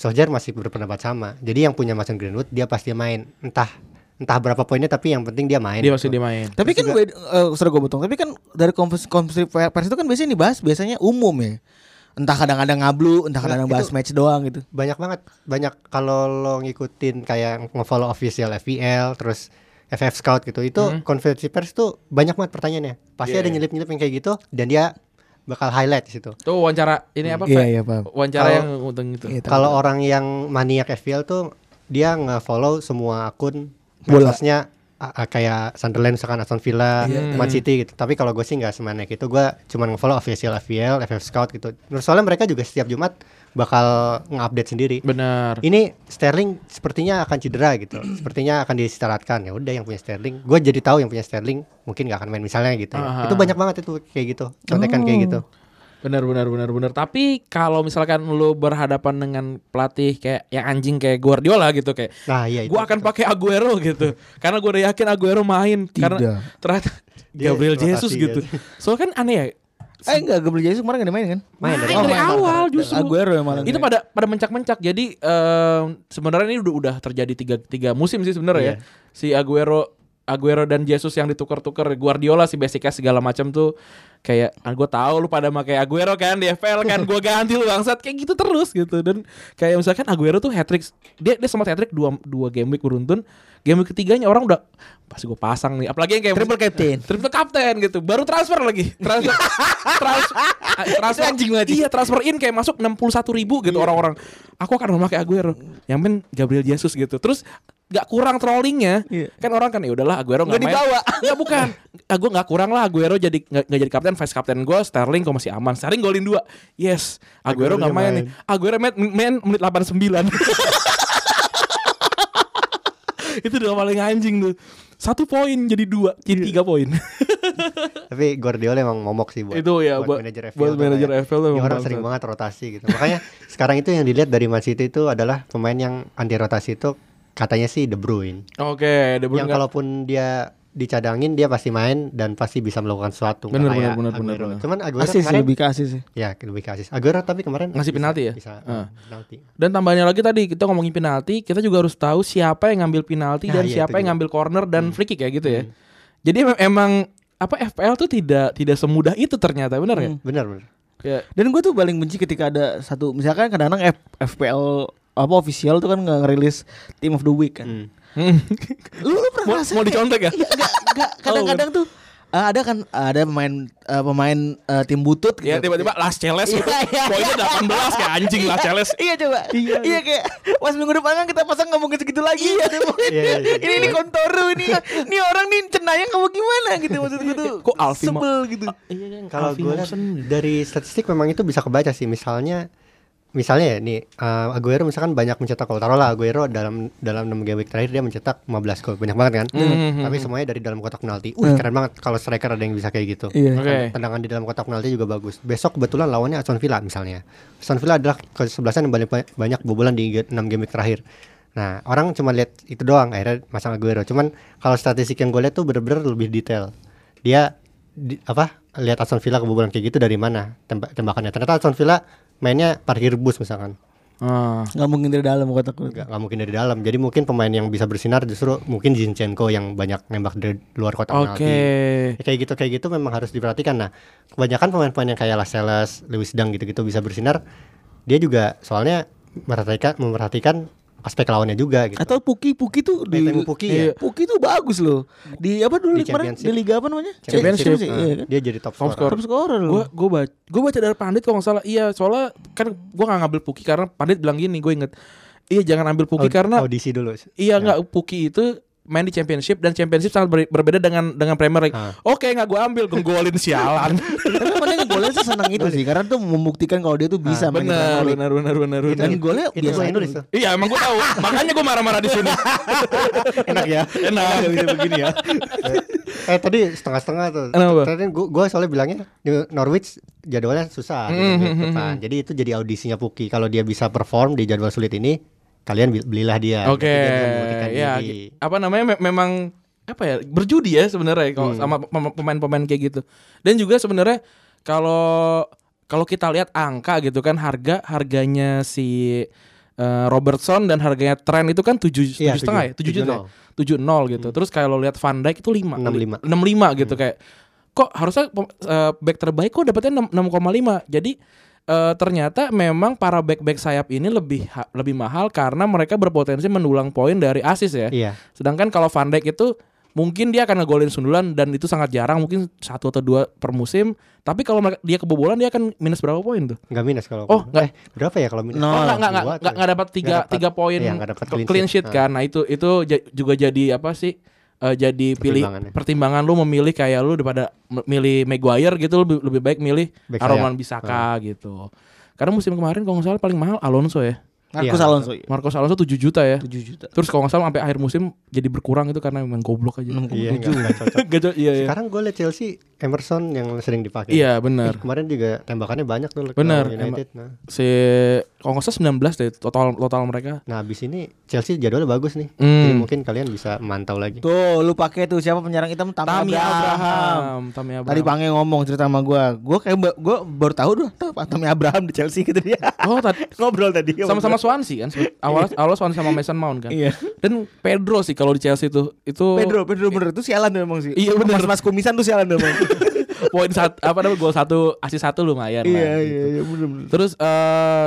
S2: Solskjaer masih berpendapat sama jadi yang punya Mason Greenwood dia pasti main entah entah berapa poinnya tapi yang penting dia main
S4: Dia pasti dimain.
S3: Tapi kan beda- eh, sorry gue potong. Tapi kan dari konferensi, konferensi pers itu kan biasanya dibahas biasanya umum ya. Entah kadang-kadang ngablu, entah kadang-kadang
S4: Nah,
S2: itu-
S3: bahas match doang gitu.
S2: banyak banget banyak kalau lo ngikutin kayak ngefollow official FPL terus FF Scout gitu itu konferensi pers tuh banyak banget pertanyaannya pasti ada nyelip-nyelip yang kayak gitu dan dia bakal highlight di situ
S4: Tuh wawancara ini apa?
S3: Iya,
S4: Fe?
S3: iya, paham.
S4: Wawancara
S2: Kalau-
S4: yang untung itu.
S3: Iya,
S2: kalau orang yang maniak FPL tuh dia ngefollow semua akun
S3: Bola.
S2: medsosnya a- a- kayak Sunderland misalkan Aston Villa, Man City gitu. Tapi kalau gue sih nggak semaniak itu, gue cuman ngefollow official FPL, FF Scout gitu. Terus soalnya mereka juga setiap Jumat bakal nge-update sendiri.
S4: Benar.
S2: ini Sterling sepertinya akan cedera gitu. sepertinya akan diistirahatkan. Ya udah yang punya Sterling, gue jadi tahu yang punya Sterling mungkin nggak akan main misalnya gitu. ya.
S4: Aha. Oh.
S2: Itu banyak banget itu kayak gitu. Contekan kayak gitu.
S4: Benar benar benar benar. Tapi kalau misalkan lu berhadapan dengan pelatih kayak yang anjing kayak Guardiola gitu kayak
S2: Nah, iya itu.
S4: gue akan pakai Aguero gitu karena gue udah yakin Aguero main karena
S3: Tidak.
S4: ternyata
S2: Dia
S4: Gabriel
S2: rotasi
S4: Jesus gitu
S2: dia.
S4: soalnya kan aneh ya
S3: Eh enggak, Gabriel Jesus kemarin gak dimainin kan?
S2: Main dari
S4: dari
S2: awal.
S4: awal justru
S3: Aguero yang malah
S4: itu
S3: main.
S4: pada pada mencak-mencak jadi eh, em, sebenarnya ini udah udah terjadi tiga tiga musim sih sebenarnya ya si Aguero Aguero dan Jesus yang ditukar-tukar Guardiola sih basicnya segala macam tuh kayak ah, gue tahu lu pada pakai Aguero kan di FPL kan gue ganti lu bangsat kayak gitu terus gitu dan kayak misalkan Aguero tuh hat trick dia dia sempat hat trick dua dua game week beruntun game week ketiganya orang udah pas gue pasang nih apalagi yang kayak
S3: Triple captain.
S4: triple captain gitu baru transfer lagi transfer trans- ah, transfer
S3: anjing banget Iya. sih.
S4: iya transfer in kayak masuk 61.000 ribu gitu orang-orang aku akan memakai Aguero yang penting Gabriel Jesus gitu terus gak kurang trollingnya
S3: Iya.
S4: kan orang kan ya udahlah Aguero nggak
S3: Nggak
S4: main
S3: dibawa.
S4: ya bukan ah, gue nggak kurang lah Aguero jadi nggak nggak jadi kapten vice kapten gue Sterling kok masih aman Sterling golin dua yes Aguero
S2: Aguero
S4: nggak
S2: nggak
S4: main nih
S2: main.
S4: Aguero main, main menit 89 itu udah paling anjing tuh satu poin jadi dua jadi tiga poin
S2: Tapi Guardiola emang momok sih buat
S4: Itu ya, buat-
S2: buat manajer FPL.
S4: buat
S2: tuh
S4: manajer
S2: kayak,
S4: FPL tuh
S2: ini
S4: emang
S2: orang
S4: bangsat.
S2: sering banget rotasi gitu. Makanya sekarang itu yang dilihat dari Man City itu adalah pemain yang anti rotasi itu katanya sih De Bruyne.
S4: oke De Bruyne
S2: yang
S4: nggak-
S2: kalaupun dia dicadangin dia pasti main dan pasti bisa melakukan sesuatu. nggak
S4: Bener,
S2: kayak
S4: bener, bener,
S2: Aguero.
S4: bener, bener.
S2: Cuman Aguero
S3: Asis sih
S2: kemarin
S3: lebih ke asis sih.
S2: ya lebih ke asis. Aguero tapi kemarin bisa-
S4: Ngasih penalti ya?
S2: Bisa eh,
S4: Heeh.
S2: penalti.
S4: Dan tambahnya lagi tadi kita ngomongin penalti, kita juga harus tahu siapa yang ngambil penalti
S2: Nah,
S4: dan
S2: iya,
S4: siapa
S2: itu
S4: yang
S2: juga.
S4: ngambil corner dan free kick ya gitu ya. Jadi em- emang apa FPL tuh tidak tidak semudah itu ternyata benar nggak?
S2: Benar benar.
S4: ya?
S3: Dan gue tuh paling benci ketika ada satu misalkan kadang-kadang F- FPL apa official tuh kan nggak ngerilis team of the week kan.
S4: Hmm.
S3: Lu, lu pernah
S4: mau,
S3: ngerasain
S4: mau dicontek ya?
S3: Iya, enggak, enggak. Kadang-kadang tuh eh, ada kan ada pemain eh, pemain eh, tim butut gitu.
S4: Ya tiba-tiba Las Celes gitu.
S3: Iya, iya.
S4: Poinnya 18 kayak anjing Las Celes.
S3: Iya coba. Iya, kayak pas minggu depan kan kita pasang nggak mungkin segitu lagi. Iya.
S2: Iya, iya, iya.
S3: ini ini kontoru ini. ini orang nih cenayang kamu gimana gitu maksud gue tuh.
S4: Kok Alfie mau-
S3: sebel gitu.
S2: Kalau
S4: Alfie
S2: gue lihat
S4: Thompson.
S2: dari statistik memang itu bisa kebaca sih. Misalnya misalnya ya nih eh, Aguero misalkan banyak mencetak gol. Taruhlah Aguero dalam dalam 6 game week terakhir dia mencetak 15 gol. Banyak banget kan?
S4: Hmm.
S2: Tapi semuanya dari dalam kotak penalti. Uh, keren banget kalau striker ada yang bisa kayak gitu.
S3: Iya.
S4: Oke.
S2: Tendangan di dalam kotak penalti juga bagus. Besok kebetulan lawannya Aston Villa misalnya. Aston Villa adalah kesebelasan yang banyak banyak bobolan di 6 game week terakhir. Nah, orang cuma lihat itu doang akhirnya masang Aguero. Cuman kalau statistik yang gue lihat tuh bener-bener lebih detail. Dia di- apa? Lihat Aston Villa kebobolan kayak gitu dari mana? Tembak tembakannya. Ternyata Aston Villa mainnya parkir bus misalkan.
S4: Ah.
S3: Nggak mungkin dari dalam kotak gue.
S2: Nggak, nggak mungkin dari dalam. Jadi mungkin pemain yang bisa bersinar justru mungkin Zinchenko yang banyak nembak dari luar kotak
S4: Oke.
S2: penalti. Ya, kayak gitu kayak gitu memang harus diperhatikan nah kebanyakan pemain-pemain yang kayak Lascelles, Lewis Dang gitu-gitu bisa bersinar dia juga soalnya merhatikan memperhatikan aspek lawannya juga
S4: Ah,
S2: gitu
S3: Atau Puki Puki tuh di
S2: Temu Puki ya?
S3: Iya. Puki tuh bagus loh. Di apa dulu
S2: Di
S3: kemarin
S2: Championship.
S3: di liga apa namanya?
S4: Championship. Ah.
S3: Iya,
S2: Nah,
S3: kan?
S2: dia jadi top
S4: Top
S2: scorer
S3: Top scorer loh.
S4: Gue gue baca gue baca dari Pandit kalau nggak salah iya soalnya kan gue nggak ngambil Puki karena Pandit bilang gini gue inget iya jangan ambil Puki
S2: Aud-
S4: karena
S2: audisi dulu
S4: Iya nggak Puki itu main di championship dan championship sangat ber- berbeda dengan dengan Premier League.
S2: Ah.
S4: Oke nggak gue ambil gue golin sialan.
S3: Tapi makanya golnya sih seneng itu sih karena tuh membuktikan kalau dia tuh bisa main di Premier
S4: Ah, benar
S3: League.
S4: benar benar benar benar.
S3: Dan golnya
S2: itu gue
S3: biasa
S2: yang nulis tuh
S4: Iya emang gue tahu makanya gue marah-marah di sini.
S2: enak ya
S4: Enak.
S2: bisa begini ya eh tadi setengah-setengah tuh
S4: Kenapa?
S2: tadi gue gue soalnya bilangnya di Norwich jadwalnya susah
S4: Hmm,
S2: di minggu depan. jadi itu jadi audisinya Puki kalau dia bisa perform di jadwal sulit ini kalian bi- belilah dia
S4: Oke
S2: Jadi Iya, dia bisa membuktikan
S4: ya
S2: diri.
S4: apa namanya me- memang apa ya berjudi ya sebenarnya kalau
S2: Hmm.
S4: sama pem- pemain-pemain kayak gitu. Dan juga sebenarnya kalau kalau kita lihat angka gitu kan harga harganya si eh, Robertson dan harganya Trent itu kan tujuh
S2: Iya,
S4: tujuh setengah ya tujuh
S2: tujuh- Hmm.
S4: juta ya? 7-0 gitu. Terus kalau lihat Van Dijk itu 5
S2: 6-5.
S4: 6-5
S2: Hmm.
S4: gitu kayak kok harusnya pem- eh, back terbaik kok dapatnya 6- 6,5. Jadi eh, ternyata memang para back-back sayap ini lebih ha- lebih mahal karena mereka berpotensi mendulang poin dari asis ya.
S2: iya
S4: Sedangkan kalau Van Dijk itu mungkin dia akan ngegolin sundulan dan itu sangat jarang mungkin satu atau dua per musim. Tapi kalau mereka- dia kebobolan dia akan minus berapa poin tuh?
S2: Enggak minus kalau
S4: Oh,
S2: aku.
S4: nggak-
S2: eh, berapa ya kalau minus?
S3: Nol.
S4: Oh,
S2: Dua
S4: enggak enggak enggak
S2: atau-
S4: enggak, enggak dapat tiga
S2: Nggak ya. dapat.
S4: tiga poin
S2: Iya, nggak dapat
S4: clean,
S2: clean
S4: sheet
S2: sheet.
S4: kan. Nah, itu itu ja- juga jadi apa sih? eh, jadi pilih
S2: Pertimbangannya.
S4: pertimbangan lu memilih kayak lu daripada m- milih Maguire gitu lebih, lebih baik milih
S2: Back sayap.
S4: Aroman
S2: Ah.
S4: Bisaka gitu. Karena musim kemarin kalau nggak salah paling mahal Alonso ya.
S3: Marcos
S2: Iya.
S3: Alonso
S4: Marcos Alonso 7 juta ya.
S3: 7 juta.
S4: Terus kalau nggak salah sampai akhir musim jadi berkurang itu karena memang goblok aja.
S2: Iya, enggak, enggak cocok.
S4: Gacor, iya iya.
S2: Sekarang gue liat Chelsea Emerson yang sering dipakai.
S4: Iya benar.
S2: Kemarin juga tembakannya banyak tuh lawan
S4: Benar,
S2: United. Nah.
S4: Si kalau nggak salah 19 deh total total mereka.
S2: nah, abis ini Chelsea jadwalnya bagus nih.
S4: Hmm.
S2: Jadi mungkin kalian bisa mantau lagi.
S3: Tuh, lu pakai tuh siapa penyerang hitam Tami,
S4: Tami
S3: Abraham.
S4: Abraham, Tami Abraham.
S3: Tadi Pange ngomong cerita sama gua. Gua kayak ba- gua baru tahu tuh tuh, Pak Tami Abraham di Chelsea gitu dia.
S4: Oh, tadi
S3: Ngobrol tadi.
S4: sama-sama Swansea kan sebut- awal awal Swansea sama Mason Mount kan
S3: Iya.
S4: dan Pedro sih kalau di Chelsea itu itu
S3: Pedro, Pedro bener tuh sialan tuh emang sih.
S4: Iya, bener.
S3: Mas, mas kumisan tuh sialan tuh emang.
S4: poin satu apa namanya gol satu asis satu lumayan lah,
S3: iya,
S4: gitu.
S3: iya, iya, bener, bener.
S4: Terus eh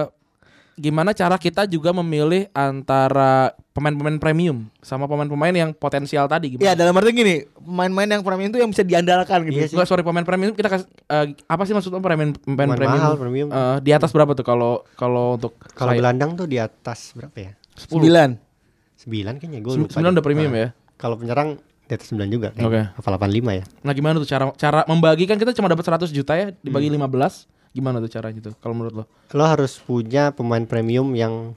S4: gimana cara kita juga memilih antara pemain-pemain premium sama pemain-pemain yang potensial tadi
S3: Ya
S4: gimana?
S3: dalam arti gini, main-main yang premium itu yang bisa diandalkan gitu.
S2: Iya sih.
S4: Enggak sorry pemain premium kita kas- eh, apa sih maksudnya pemain pemain
S2: Pemain
S4: premium?
S2: mahal, premium.
S4: Eh, di atas berapa tuh kalau kalau untuk
S2: Kalau
S4: saya?
S2: gelandang tuh di atas berapa ya?
S4: 10.
S3: Sembilan.
S2: 9 kayaknya gue
S4: Sem-
S2: lupa.
S4: sembilan
S2: deh.
S4: udah premium
S2: Nah,
S4: ya.
S2: Kalau penyerang di atas 9 juga kayaknya.
S4: Oke.
S2: Apa 85 ya?
S4: Nah, gimana tuh cara cara membagikan kita cuma dapat 100 juta ya dibagi 15 gimana tuh caranya tuh kalau menurut lo?
S2: Lo harus punya pemain premium yang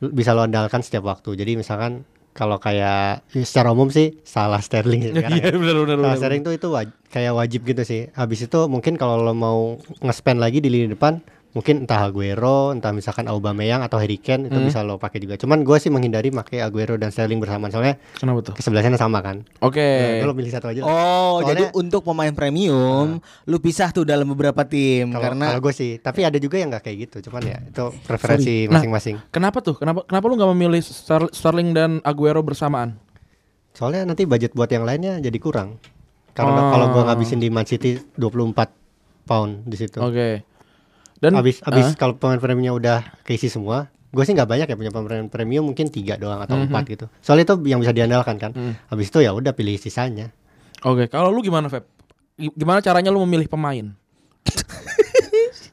S2: l- bisa lo andalkan setiap waktu. Jadi misalkan kalau kayak ya secara umum sih salah Sterling sih sekarang. ya.
S4: Iya, benar benar.
S2: Salah Sterling tuh itu waj- kayak wajib gitu sih. Habis itu mungkin kalau lo mau nge-spend lagi di lini depan mungkin entah Aguero, entah misalkan Aubameyang atau Harry Kane
S4: Hmm.
S2: itu bisa lo pakai juga. Cuman gue sih menghindari pakai Aguero dan Sterling bersamaan soalnya
S4: Kenapa tuh?
S2: kesebelasannya sama kan.
S4: Oke.
S3: Eh,
S2: Nah, lo pilih satu aja. lah.
S3: Oh, jadi
S2: Soalnya- Nah.
S3: untuk pemain premium, lu pisah tuh dalam beberapa tim
S2: Kalau
S3: karena
S2: kalau gue sih, tapi ada juga yang nggak kayak gitu. Cuman ya itu preferensi
S4: Nah.
S2: masing-masing.
S4: Kenapa tuh? Kenapa kenapa lu nggak memilih Star- Sterling dan Aguero bersamaan?
S2: Soalnya nanti budget buat yang lainnya jadi kurang. Karena
S4: Oh.
S2: kalau gua ngabisin di Man City 24 pound di situ.
S4: Oke. Oh, Dan
S2: Habis
S4: Ah,
S2: habis kalau pemain premiumnya udah keisi semua, gue sih nggak banyak ya punya pemain premium mungkin tiga doang
S4: Mhm.
S2: atau empat gitu. Soalnya itu yang bisa diandalkan kan. Habis itu ya udah pilih sisanya.
S4: Oke, kalau lu gimana, Feb? Gi- Gimana caranya lu memilih pemain?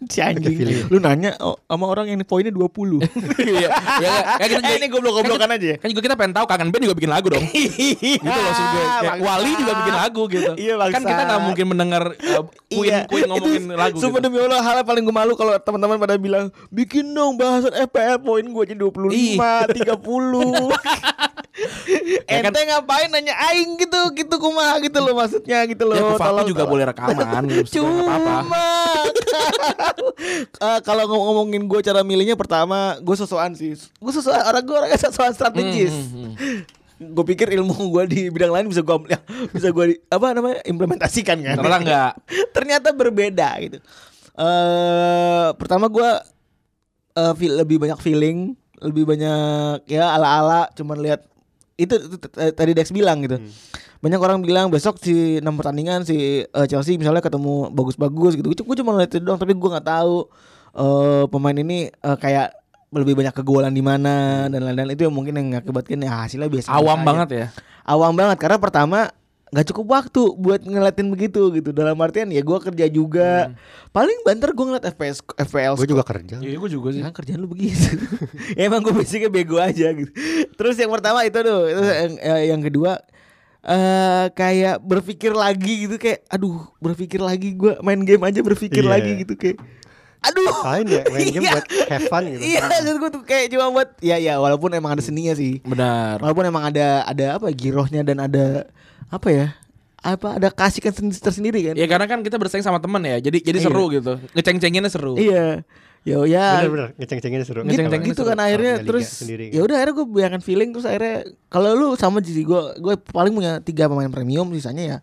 S3: Si anjing.
S2: Agak feeling.
S3: Lu nanya oh, sama orang yang poinnya 20.
S4: Iya, ya, kan kita
S3: Eh, ini goblok-goblokan aja ya?
S4: Kan juga kita pengen tahu kangen band juga bikin lagu dong.
S3: Iya,
S4: gitu loh maksud gue. Kayak
S3: Bangsat.
S4: Wali juga bikin lagu gitu.
S3: Iya,
S4: kan kita nggak
S3: bangsat.
S4: mungkin mendengar uh, Queen
S3: Iya,
S4: Queen ngomongin
S3: itu
S4: lagu.
S3: Sumpah
S4: gitu.
S3: demi Allah hal yang paling gue malu kalau teman-teman pada bilang bikin dong bahasan FPL poin gue aja 25,
S4: Ih. Ya kan?
S3: 30. Ente ngapain nanya aing gitu gitu kumaha gitu loh maksudnya gitu loh.
S4: Ya, Kufaku juga
S3: tolong.
S4: boleh rekaman. gitu,
S3: Cuma Eh, kalau ngom- ngomongin gue cara milihnya pertama gue sosokan sih. Gue sosokan orang gue orangnya sosokan strategis.
S4: Hmm,
S3: Gue pikir ilmu gue di bidang lain bisa gue bisa gue apa namanya implementasikan kan.
S4: Ternyata enggak.
S3: Ternyata berbeda gitu. eh pertama gue eh, feel- lebih banyak feeling, lebih banyak ya ala-ala cuman lihat itu, itu t- t- tadi Dex bilang gitu.
S4: Hmm.
S3: Banyak orang bilang besok si enam pertandingan si eh, Chelsea misalnya ketemu bagus-bagus gitu. Gue cuma lihat itu doang tapi gue nggak tahu eh, pemain ini eh, kayak lebih banyak kegolan di mana dan lain-lain itu yang mungkin yang mengakibatkan ya hasilnya biasa
S4: Awam
S3: aja
S4: banget ya.
S3: awam banget karena pertama nggak cukup waktu buat ngeliatin begitu gitu dalam artian ya gua kerja juga
S2: Hmm.
S3: paling banter gua ngeliat FPS FPL
S2: Gue juga kerja.
S4: Iya, gue juga sih.
S3: Ya, kerjaan lu begitu ya, emang gue basicnya bego aja gitu terus yang pertama itu tuh itu
S2: Hmm.
S3: yang, eh, yang kedua eh kayak berpikir lagi gitu kayak aduh berpikir lagi gua main game aja berpikir
S2: Iya.
S3: lagi gitu kayak aduh
S2: Lain ya main game
S3: Iya.
S2: buat have fun gitu.
S3: iya maksud gua tuh kayak cuma buat ya ya walaupun emang ada seninya sih
S4: Benar.
S3: Walaupun emang ada ada apa girohnya dan ada apa ya? Apa ada kasihkan sen- tersendiri kan?
S2: Iya.
S4: Ya karena kan kita bersaing sama teman ya. Jadi jadi
S3: Iya.
S4: seru gitu. Ngeceng-cenginnya seru.
S3: Iya. Ya ya.
S2: Bener-bener ngeceng-cengin seru.
S3: Gitu,
S4: Ngeceng-cengin
S2: Kalau-
S3: gitu
S4: seru.
S3: kan akhirnya
S2: Kalau punya
S3: terus
S2: liga sendiri
S3: ya udah akhirnya gue bayangkan feeling terus akhirnya kalau lu sama jadi gue gue paling punya tiga pemain premium sisanya ya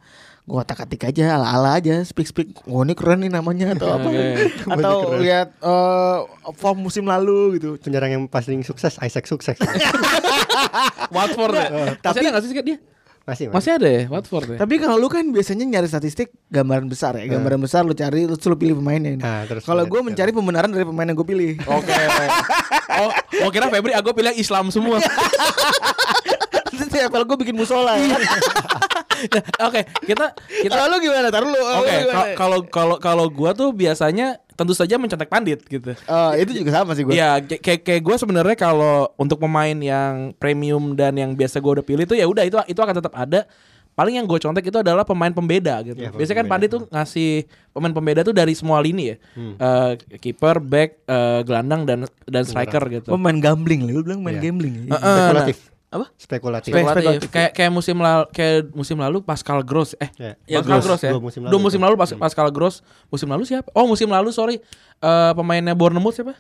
S3: gue otak atik aja ala ala aja speak speak oh ini keren nih namanya atau apa
S4: Oke.
S3: atau
S2: Iya, Keren.
S3: lihat eh, form musim lalu gitu
S2: Penyerang yang paling sukses Isaac sukses.
S4: Watford ya. Masih ada nggak sih dia?
S2: Masih, masih.
S4: Masih ada ya Watford ya.
S3: Iya. Tapi kalau lu kan biasanya nyari statistik gambaran besar ya, gambaran
S4: Iya.
S3: besar lu cari lu lu pilih pemainnya.
S2: Nah,
S4: Ah,
S2: terus
S3: kalau
S2: lihat
S3: gue
S2: sekarang.
S3: mencari pembenaran dari pemain yang gue pilih.
S4: Oke. Oh, oh kira Febri aku pilih Islam semua.
S3: Iya. Terus di FPL gue bikin musola. ya.
S4: Iya. Nah, Oke, kita kita
S3: Kalau lu gimana? Taruh lu.
S4: Oke,
S3: lu gimana?
S4: ka- kalau kalau kalau gua tuh biasanya tentu saja mencetak pandit gitu.
S3: Eh, itu juga sama sih gue.
S4: Iya, kayak kayak kayak gua sebenarnya kalau untuk pemain yang premium dan yang biasa gua udah pilih tuh ya udah itu itu akan tetap ada. Paling yang gue contek itu adalah pemain pembeda gitu.
S2: Iya, pemain
S4: Biasanya kan
S2: pembeda. Hmm.
S4: Pandit tuh ngasih pemain pembeda tuh dari semua lini ya. Eh, kiper, back, eh, gelandang dan dan striker gitu.
S3: Pemain gambling lu bilang Oh,
S2: Iya.
S3: main gambling.
S4: Eh, eh, nah,
S2: Spekulatif.
S3: Apa?
S2: Spekulatif.
S3: Spek-
S4: spekulatif.
S3: spekulatif.
S4: Kayak kayak musim lalu kayak musim lalu Pascal Gross eh
S2: Ya. Ya,
S4: ya, Pascal Gross,
S2: Gross.
S4: ya.
S2: Dua musim lalu. Hmm.
S4: Dua musim lalu Pas- Pascal Gross. Musim lalu siapa? Oh, musim lalu sorry. Eh, pemainnya Bournemouth siapa?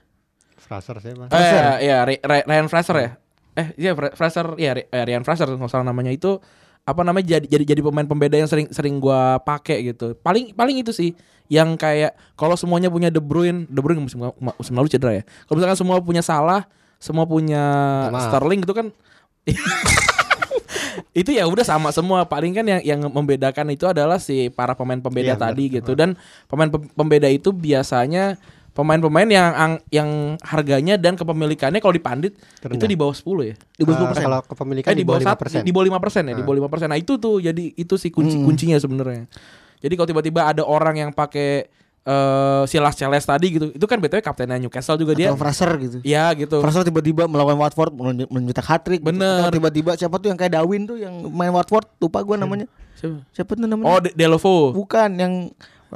S2: Fraser sih, Mas.
S4: Eh ya, ya, Ri- Ri- Ryan Fraser ya. Eh iya Fra- Fraser ya Ri- eh, Ryan Fraser kalau salah namanya itu apa namanya jadi jadi jadi pemain pembeda yang sering sering gua pakai gitu. Paling paling itu sih yang kayak kalau semuanya punya De Bruyne, De Bruyne musim, musim lalu cedera ya. Kalau misalkan semua punya Salah, semua punya
S2: Maaf.
S4: Sterling gitu kan itu ya udah sama semua paling kan yang yang membedakan itu adalah si para pemain
S2: Iya,
S4: pembeda tadi gitu dan pemain pem- pembeda itu biasanya pemain-pemain yang ang- yang harganya dan kepemilikannya kalau dipandit itu
S2: Terendah.
S4: di bawah 10 ya
S2: Eh,
S3: Di bawah 10%.
S2: kalau kepemilikan
S4: eh, di bawah
S2: lima
S4: sat-
S2: persen
S4: di bawah lima persen ya di bawah lima persen nah itu tuh jadi itu sih kunci kuncinya sebenarnya jadi kalau tiba-tiba ada orang yang pakai eh si Las Celes tadi gitu itu kan btw kaptennya Newcastle juga dia
S3: Atau Fraser gitu.
S4: ya gitu
S3: Fraser tiba-tiba melawan Watford men- mencetak hat trick.
S4: Bener. Hmm.
S3: Tiba-tiba siapa tuh yang kayak Darwin tuh yang main Watford lupa gua namanya.
S4: Siapa?
S3: Siapa tuh namanya?
S4: oh De- Delovo
S3: bukan yang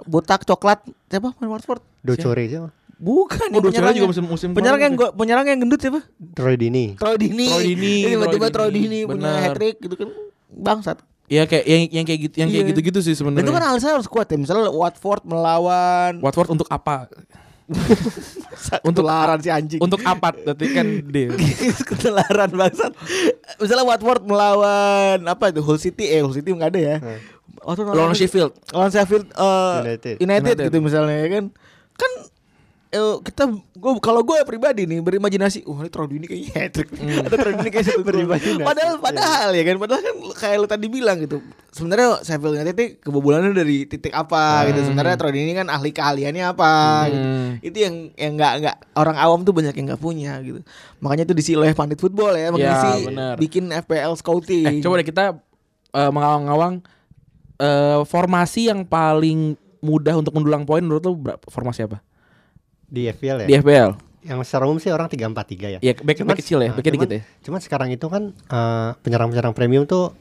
S3: botak coklat siapa main Watford?
S2: Docore siapa?
S3: Bukan
S4: Oh,
S3: yang
S4: Doceran
S3: penyerangnya.
S4: juga musim- musim
S3: penyerang
S4: kemarin
S3: yang gua- penyerang yang gendut siapa?
S2: Troy Dini
S3: Troy Dini.
S4: Troy Dini,
S3: Ini Tiba-tiba
S4: Troy
S3: Troy
S4: Dini.
S3: Dini punya
S4: Bener.
S3: hat trick gitu kan bangsat.
S4: ya kayak yang yang kayak gitu yang kayak
S3: Iya.
S4: gitu-gitu sih
S3: Dan
S4: sebenarnya
S3: itu kan alasan harus kuat ya. Misalnya Watford melawan
S4: Watford untuk apa untuk-
S3: ketularan si anjing.
S4: untuk apa berarti kan deal
S3: ketularan bangsat. Misalnya Watford melawan apa itu Hull City eh Hull City enggak ada ya. Watford
S4: lawan Sheffield
S3: lawan Sheffield eh,
S2: United.
S3: United.
S4: United.
S3: gitu misalnya ya kan kan eh, kita gua kalau gue pribadi nih berimajinasi wah ini Troy Dini kayaknya hat trick atau Troy Dini kayaknya satu gol.
S2: Berimajinasi,
S3: padahal
S2: iya.
S3: padahal ya kan padahal kan kayak lu tadi bilang gitu sebenarnya Sheffield United ini kebobolannya dari titik apa gitu sebenarnya Troy Dini kan ahli keahliannya apa
S4: Hmm.
S3: gitu. itu yang yang nggak nggak orang awam tuh banyak yang nggak punya gitu makanya itu diisi oleh pandit football ya mengisi
S4: bener.
S3: bikin FPL scouting
S2: Iya.
S4: eh coba deh kita eh, mengawang-awang eh, formasi yang paling mudah untuk mendulang poin menurut lo berapa formasi apa
S2: di FPL ya.
S4: di FPL
S2: Yang secara umum sih orang 343 ya.
S4: ya back
S2: Cuman-
S4: back kecil ya
S2: nah,
S4: backnya
S2: cuman-
S4: dikit ya
S2: Cuman sekarang itu kan eh, penyerang-penyerang premium tuh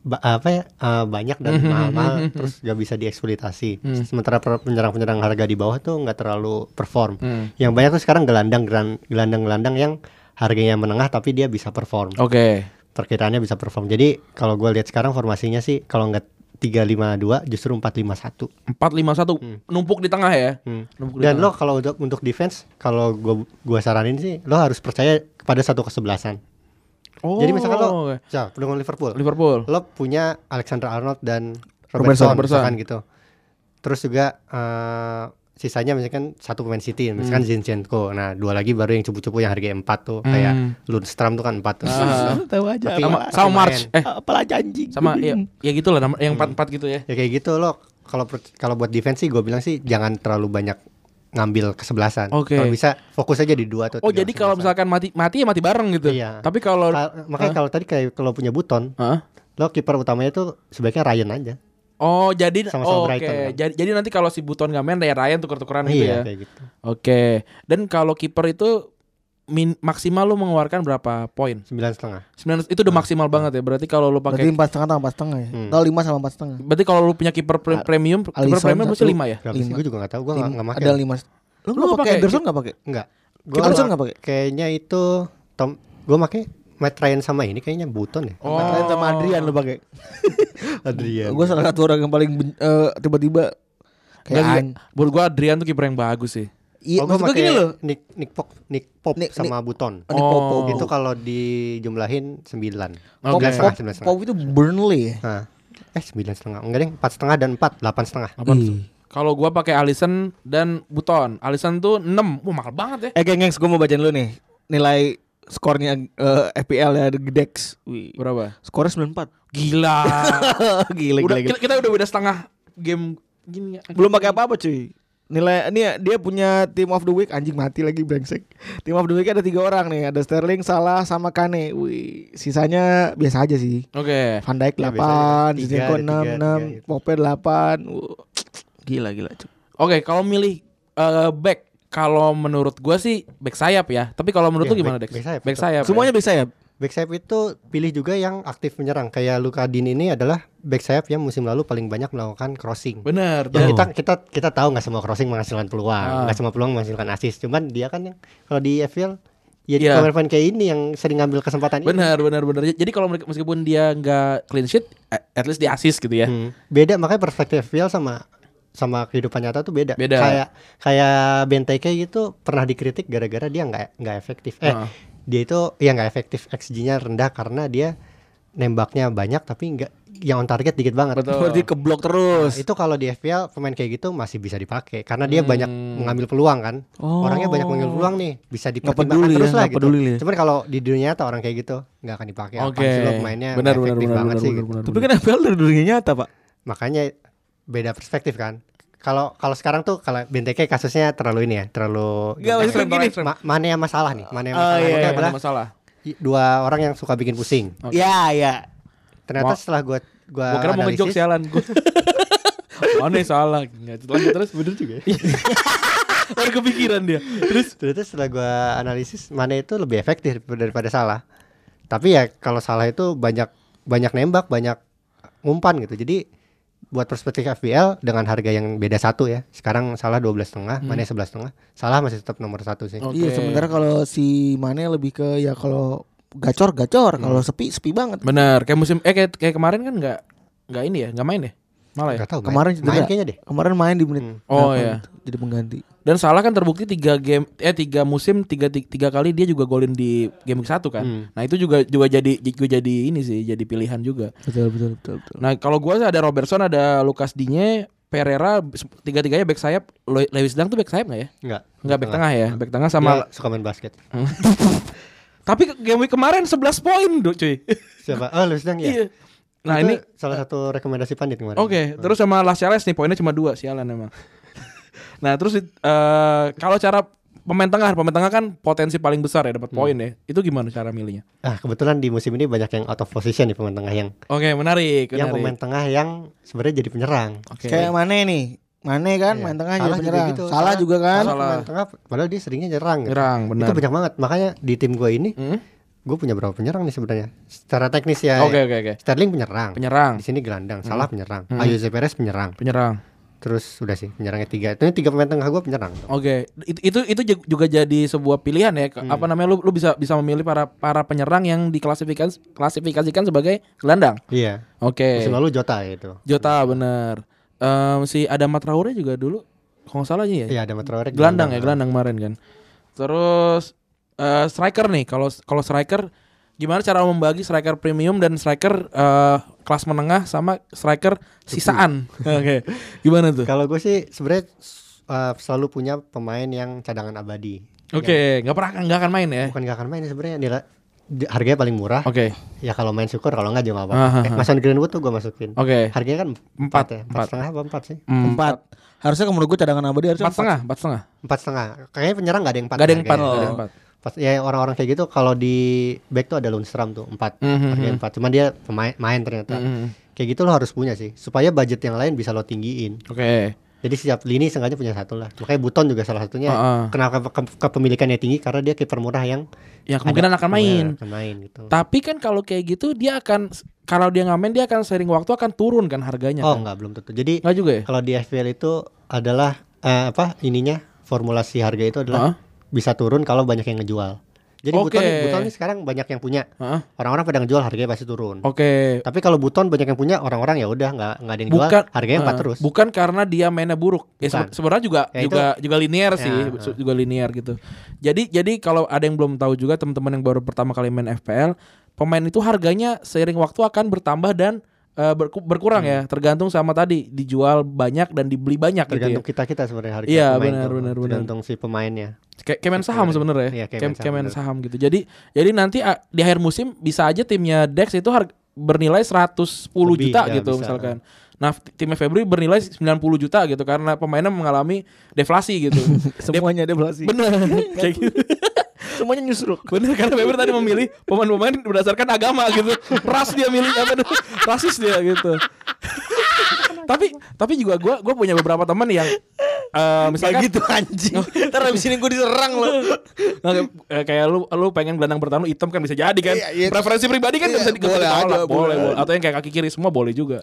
S2: ba- apa ya eh, banyak dan
S4: Mhm,
S2: mahal-mahal
S4: mhm, mhm.
S2: terus gak bisa dieksploitasi.
S4: Hmm.
S2: Sementara per- penyerang-penyerang harga di bawah tuh nggak terlalu perform.
S4: Hmm.
S2: Yang banyak tuh sekarang gelandang gelan- gelandang-gelandang yang harganya menengah tapi dia bisa perform.
S4: oke
S2: Perkiraannya bisa perform. Jadi kalau gue lihat sekarang formasinya sih kalau nggak 352 justru 451.
S4: empat lima satu numpuk di tengah ya
S2: Hmm.
S4: numpuk di
S2: Dan lo
S4: tengah.
S2: kalau untuk untuk defense kalau gua gua saranin sih lo harus percaya kepada satu kesebelasan.
S4: oh,
S2: Jadi misalkan lo
S4: oke.
S2: ya, pendukung Liverpool,
S4: Liverpool
S2: lo punya Alexander Arnold dan Robertson,
S4: Robertson, Robertson.
S2: misalkan gitu. Terus juga eh, sisanya misalkan satu pemain City,
S4: Hmm.
S2: misalkan Zinchenko. Nah, dua lagi baru yang cupu-cupu yang harga 4 tuh kayak Lundstram tuh kan 4 tuh.
S4: Hmm. Ah.
S3: tahu aja
S2: Tapi-
S4: sama
S2: Main.
S4: sama March eh
S3: apalah anjing
S4: sama ya, ya gitulah nama- yang empat empat gitu ya
S2: ya kayak gitu lo kalau per- kalau buat defense sih gue bilang sih jangan terlalu banyak ngambil kesebelasan.
S4: Oke.
S2: Kalau bisa fokus aja di dua atau
S4: oh
S2: tiga
S4: jadi kalau
S2: kesebelasan.
S4: misalkan mati mati ya mati bareng gitu
S2: Iya.
S4: tapi kalau
S3: eh,
S2: Kal- makanya
S4: Hah?
S2: kalau tadi kayak kalau punya buton
S4: Hah?
S2: lo kiper utamanya tuh sebaiknya Ryan aja.
S4: Oh jadi
S2: Sama-sama
S4: oh, oke
S2: Brighton, kan?
S4: jadi jadi nanti kalau si Buton nggak main ya Ryan tuker-tukeran gitu ya.
S2: kayak gitu.
S4: Oke. Dan kalau kiper itu min, maksimal lu mengeluarkan berapa poin?
S2: Sembilan setengah.
S4: 9 itu udah maksimal banget ya. Berarti kalau lu
S3: Ah. Berarti
S4: pakai
S3: empat setengah tambah empat setengah ya.
S2: Hmm.
S3: Atau lima sama empat setengah.
S4: berarti kalau lu punya kiper pre-
S3: Al-
S4: premium, kiper
S3: Alisson
S4: premium pasti
S3: satu.
S4: 5 ya.
S2: Berapa sih?
S3: Lima.
S2: Gue juga nggak tahu. Gue
S3: Lim-
S2: nggak nggak pakai.
S3: Ada lima. Lu
S4: Lu
S3: nggak
S4: nggak
S3: pakai
S4: pakai-
S3: Ederson nggak pakai?
S2: Enggak. Gue
S3: Kita Ederson nggak pakai.
S2: Kayaknya itu Tom. Gue pakai Matt Ryan sama ini kayaknya Buton ya.
S4: Oh.
S3: Kemarin sama Adrian lu pakai.
S2: Adrian.
S3: Gue salah satu orang yang paling ben- eh, tiba-tiba kayak
S4: Nggak,
S3: an.
S4: Menurut gua Adrian tuh kiper yang bagus sih.
S2: Oh,
S3: Iya,
S2: gua
S3: maksud gue gini
S2: pakai
S3: loh.
S2: Nick Nick Pop Nick Pop
S3: Nick-
S2: sama Buton.
S3: Oh, Nick Pope,
S4: Oh.
S3: Pope.
S2: Itu kalau dijumlahin sembilan.
S4: Oke.
S2: Sembilan setengah,
S3: Pop,
S2: sembilan
S3: Pop
S2: setengah.
S3: itu Burnley ya.
S2: Nah. Eh sembilan setengah. Enggak deh. Empat setengah dan empat. Delapan setengah.
S4: Apa
S3: Ih.
S4: tuh? Kalau gua pakai Alisson dan Buton. Alisson tuh 6. Wah, mahal banget ya.
S3: Eh, gengs, gue mau bacain lu nih nilai skornya eh, FPL ya Gedex. Wih.
S4: Berapa?
S3: Skornya sembilan empat.
S4: Gila.
S3: gila, gila,
S4: udah,
S3: gila.
S4: Kita, kita udah beda setengah game gini ya.
S3: Belum pakai apa-apa cuy Nilai ini ya, dia punya team of the week anjing mati lagi brengsek. Team of the week ada tiga orang nih, ada Sterling, Salah sama Kane. Wih, sisanya biasa aja sih.
S4: Oke.
S3: Van Dijk
S2: Ya, biasanya ada
S3: 8,
S2: tiga,
S3: Zinchenko
S2: ada tiga,
S3: 6,
S2: tiga
S3: 6,
S2: gitu.
S3: Pope 8. Wuh, Gila gila cuy.
S4: Oke, kalau milih eh, back, kalau menurut gua sih back sayap ya. Tapi kalau menurut
S2: Iya,
S4: lu gimana,
S2: back-
S4: Dex?
S2: back sayap,
S4: Back
S2: betul.
S4: sayap.
S3: Semuanya bisa ya?
S2: Back sayap itu pilih juga yang aktif menyerang. Kayak Luka Din ini adalah back sayap yang musim lalu paling banyak melakukan crossing.
S4: ya? bener.
S2: Ya,
S4: Dan
S2: kita kita kita tahu nggak semua crossing menghasilkan
S4: Ah.
S2: peluang, nggak semua peluang menghasilkan assist. Cuman dia kan yang kalau di EFL ya
S4: Iya.
S2: pemain-pemain kayak ini yang sering ngambil kesempatan ini.
S4: bener, bener, bener. Jadi kalau mereka- meskipun dia nggak clean sheet, eh, at least dia assist gitu ya.
S2: Hmm. Beda makanya perspektif EFL sama sama kehidupan nyata tuh beda.
S4: Beda.
S2: Kayak kayak Benteke gitu pernah dikritik gara-gara dia nggak nggak efektif. Eh,
S4: Ah.
S2: dia itu ya nggak efektif XG-nya rendah karena dia nembaknya banyak tapi nggak yang on target dikit banget. Nah,
S4: Betul.
S3: Berarti keblok terus.
S2: Itu kalau di FPL pemain kayak gitu masih bisa dipakai karena dia banyak
S4: Hmm.
S2: mengambil peluang kan.
S3: Oh.
S2: Orangnya banyak mengambil peluang nih, bisa
S3: peduli
S2: dipertimbangkan
S3: ya,
S2: terus lah
S3: nggak
S2: gitu.
S3: peduli ya.
S2: Cuman kalau di dunia atau orang kayak gitu nggak akan dipakai. Apaan
S4: Oke.
S2: sih lo pemainnya
S4: Benar
S2: nggak
S4: benar
S2: efektif
S4: benar
S2: banget
S4: benar
S2: sih
S4: benar
S2: gitu.
S4: benar.
S3: Tapi kan FPL dari dunia nyata, Pak.
S2: Makanya beda perspektif kan. Kalau kalau sekarang tuh kalau BNTK kasusnya terlalu ini ya, terlalu
S3: Nggak, maksudnya gini.
S2: Ma- mana yang masalah nih? Mana yang
S3: Oh,
S2: masalah?
S3: iya,
S2: Ini
S3: iya.
S2: adalah
S4: Ah, ada masalah.
S2: i- dua orang yang suka bikin pusing.
S4: Oke.
S3: Ya, ya.
S2: Ternyata
S4: Wah.
S2: setelah gua gua,
S4: Gua kira mau ngejok
S2: analisis,
S4: sialan gua. Mana yang salah? Nggak, lanjut terus.
S2: Bener juga ya.
S4: Baru kepikiran dia. Terus
S2: Ternyata setelah gua analisis mana itu lebih efektif daripada salah. Tapi ya kalau salah itu banyak banyak nembak, banyak umpan gitu. Jadi buat perspektif FBL dengan harga yang beda satu ya. Sekarang salah 12 setengah,
S3: Hmm.
S2: mana 11 setengah. Salah masih tetap nomor satu sih.
S4: Oke.
S3: Iya, sementara kalau si Mane lebih ke ya kalau gacor gacor,
S4: Hmm.
S3: kalau sepi sepi banget.
S4: benar, kayak musim eh kayak, kayak kemarin kan nggak nggak ini ya, nggak main ya? Malah ya.
S2: Gak tahu main-
S3: iya. Kemarin
S2: main,
S3: cedera.
S2: kayaknya deh.
S3: Kemarin main di menit.
S2: Hmm.
S4: Oh,
S3: berapa
S4: iya.
S3: gitu, Jadi pengganti.
S4: Dan salah kan terbukti tiga game eh tiga musim tiga tiga, tiga kali dia juga golin di game week satu kan.
S2: Hmm.
S4: Nah itu juga juga jadi juga jadi ini sih jadi pilihan juga.
S3: Betul betul betul betul.
S4: Nah kalau gua sih ada Robertson ada Lucas Digne Pereira tiga tiganya back sayap Le- Lewis Dang tuh back sayap nggak ya?
S2: Enggak.
S4: Nggak back tengah ya, back tengah
S2: Sama
S4: sama.
S2: suka main basket.
S4: Tapi ke- game week kemarin 11 poin do cuy.
S2: Siapa? Oh, lu sedang ya.
S4: Iya. Nah
S2: Itu
S4: ini
S2: salah satu rekomendasi pandit kemarin. Hmm.
S4: Oke, terus sama Las Charles nih poinnya cuma dua sialan emang. nah terus eh, kalau cara pemain tengah, pemain tengah kan potensi paling besar ya dapat poin ya. Itu gimana cara milihnya?
S2: Ah, kebetulan di musim ini banyak yang out of position nih pemain tengah yang
S4: Oke menarik,
S2: yang
S4: menarik.
S3: iya.
S2: pemain tengah yang sebenarnya jadi penyerang.
S4: Oke.
S3: Kayak Mane nih. Mane kan
S2: Iya.
S3: main tengah
S2: Salah
S3: jadi
S2: juga
S3: penyerang.
S2: gitu,
S3: Salah
S2: salah.
S3: juga kan.
S4: Salah.
S2: Pemain tengah padahal dia seringnya nyerang. gitu.
S4: Nyerang, benar.
S2: Itu banyak banget. Makanya di tim gue ini
S4: Hmm?
S2: gue punya berapa penyerang nih sebenarnya. Secara teknis ya.
S4: Oke oke oke.
S2: Sterling penyerang.
S4: Penyerang,
S2: Di sini gelandang, salah penyerang.
S4: Hmm.
S2: Ayo Perez penyerang.
S4: penyerang.
S2: Terus udah sih penyerangnya tiga. Itu tiga pemain tengah gue penyerang.
S4: Oke, itu itu itu ju- juga jadi sebuah pilihan ya. Ke- Apa namanya lu lu bisa bisa memilih para para penyerang yang diklasifikasikan klasifikasikan sebagai gelandang.
S2: Iya.
S4: Oke.
S2: Musim lalu Jota itu.
S4: Jota bener Em, si Adama Traore juga dulu kalau nggak salah aja ya.
S2: Iya ada Matraore.
S4: gelandang ya gelandang kemarin kan terus eh, striker nih kalau kalau striker gimana cara membagi striker premium dan striker eh, kelas menengah sama striker sisaan oke gimana tuh
S2: Kalau gue sih sebenarnya uh, selalu punya pemain yang cadangan abadi. Ya,
S4: oke nggak pernah nggak akan main ya oke
S2: Bukan gak akan main sebenarnya nilai di- harganya paling murah. Ya kalau main syukur kalau nggak juga apa.
S4: Ah, ah,
S2: Eh,
S4: ah.
S2: Mason Greenwood tuh gue masukin.
S4: oke
S2: Harganya kan
S4: Empat,
S2: empat ya, empat
S4: empat.
S2: setengah apa empat sih?
S3: Empat. Harusnya menurut gue cadangan abadi harusnya
S4: Hmm. empat setengah empat setengah
S2: Empat setengah. Kayaknya penyerang nggak ada yang empat.
S4: nggak ada yang empat
S2: harganya.
S4: nggak ada yang empat
S2: Pas- ya orang-orang kayak gitu kalau di back tuh ada Lundstram tuh empat,
S4: Mhm.
S2: harganya empat. Cuman dia pemain main ternyata.
S4: Mhm.
S2: Kayak gitu lo harus punya sih, supaya budget yang lain bisa lo tinggiin.
S4: oke
S2: Jadi setiap lini sengaja punya satu lah. Makanya Buton juga salah satunya.
S4: Heeh.
S2: Kenapa ke- kepemilikannya tinggi? Karena dia kiper murah yang
S4: ya kemungkinan
S2: ada-
S4: akan main
S2: akan main gitu.
S4: tapi kan kalau kayak gitu dia akan kalau dia nggak main dia akan sering waktu akan turun kan harganya
S2: Oh
S4: kan?
S2: enggak belum tentu. Jadi
S4: nggak juga ya
S2: kalau di FPL itu adalah eh, apa ininya formulasi harga itu adalah
S4: Heeh.
S2: bisa turun kalau banyak yang ngejual. Jadi
S4: Oke.
S2: buton, buton ini sekarang banyak yang punya.
S4: Heeh.
S2: Orang-orang pada ngejual harganya pasti turun.
S4: oke
S2: Tapi kalau buton banyak yang punya, orang-orang ya udah nggak nggak ada yang jual,
S4: Bukan-
S2: harganya empat
S4: Eh,
S2: terus.
S4: Bukan karena dia mainnya buruk.
S2: Bukan.
S4: Ya sebe- sebenarnya juga
S2: Ya, itu-
S4: juga juga linear
S2: Ya,
S4: sih,
S2: eh.
S4: su- juga linear gitu. Jadi jadi kalau ada yang belum tahu juga teman-teman yang baru pertama kali main FPL, pemain itu harganya seiring waktu akan bertambah dan eh, berku-
S2: Hmm.
S4: berkurang ya, tergantung sama tadi dijual banyak dan dibeli banyak
S2: Tergantung
S4: gitu ya.
S2: kita kita sebenarnya harga
S4: Iya,
S2: pemain
S4: benar,
S2: tuh.
S4: benar, benar.
S2: tergantung si pemainnya.
S4: Kayak kayak main saham sebenarnya ya.
S2: Iya, kayak
S4: kayak
S2: main saham,
S4: kayak main
S2: benar.
S4: saham gitu. Jadi jadi nanti ah, di akhir musim bisa aja timnya Dex itu harga bernilai 110
S2: Lebih,
S4: juta
S2: ya,
S4: gitu
S2: bisa.
S4: misalkan. Nah, timnya Febri bernilai 90 juta gitu karena pemainnya mengalami deflasi gitu.
S3: semuanya ada belasi.
S4: Bener Kayak gitu
S3: Semuanya nyusruk.
S4: Bener karena Weber tadi memilih Pemain-pemain berdasarkan agama gitu Ras dia milih apa tuh Rasis dia gitu Tapi Tapi juga gue Gue punya beberapa teman yang eh, Misalkan
S3: gitu anjing. Ntar abis ini gue diserang lo.
S4: Nah, kayak- eh, kayak lu lu pengen gelandang bertahan lu hitam kan bisa jadi kan.
S3: Iya, iya.
S4: Preferensi pribadi kan
S3: Iya,
S4: nggak bisa di- nggak
S3: boleh
S4: bisa ditolak.
S3: aja,
S4: boleh,
S3: boleh
S4: boleh.
S3: aja.
S4: Atau yang kayak kaki kiri semua boleh juga.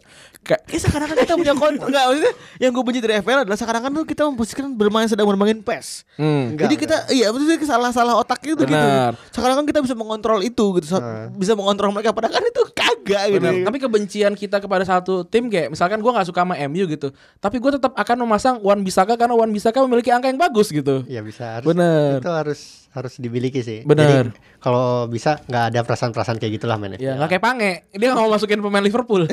S4: Kayak
S3: Ya sekarang kan kita punya kontrol Enggak maksudnya Yang gue benci dari FPL adalah Sekarang kan tuh kita memposisikan bermain sedang bermain PES
S4: hmm.
S2: Enggak,
S3: Jadi kita Iya maksudnya salah-salah otak itu gitu
S4: Benar.
S3: Sekarang kan kita bisa mengontrol itu gitu Sa- Bisa mengontrol mereka Padahal kan itu kagak gitu
S4: Benar. Tapi kebencian kita kepada satu tim kayak misalkan gua nggak suka sama MU gitu, tapi gua tetap akan memasang Wan Bisaka karena Wan Bisaka memiliki angka yang bagus gitu.
S3: Iya.
S2: Ya bisa harus.
S4: Bener.
S2: Itu harus harus dimiliki sih.
S4: Bener.
S2: Jadi, kalau bisa nggak ada perasaan-perasaan kayak gitulah men.
S4: Ya nggak kayak Pange, dia nggak mau masukin pemain Liverpool.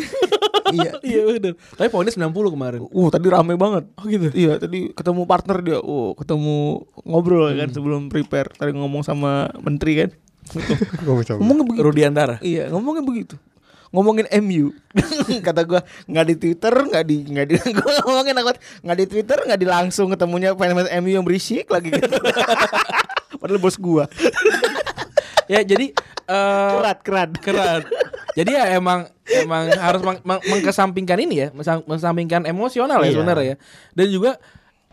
S3: Iya.
S4: iya bener. Tapi poinnya 90 kemarin.
S3: Uh tadi rame banget.
S4: Oh gitu.
S3: Iya tadi ketemu partner dia, oh ketemu ngobrol
S4: Hmm.
S3: kan sebelum prepare. Tadi ngomong sama menteri kan.
S2: Gua coba.
S3: Ngomongnya begitu.
S4: Rudi Andara.
S3: Iya ngomongnya begitu. Ngomongin MU, kata gua nggak di Twitter, nggak di nggak di gua ngomongin aku nggak di Twitter, nggak di langsung ketemunya fans MU yang berisik lagi gitu. Padahal bos gua
S4: Ya jadi eh
S3: kerat kerat.
S4: keren. Jadi ya emang emang harus meng- meng- mengkesampingkan ini ya, mensam- mengesampingkan emosional ya
S2: Iya.
S4: sebenarnya ya. Dan juga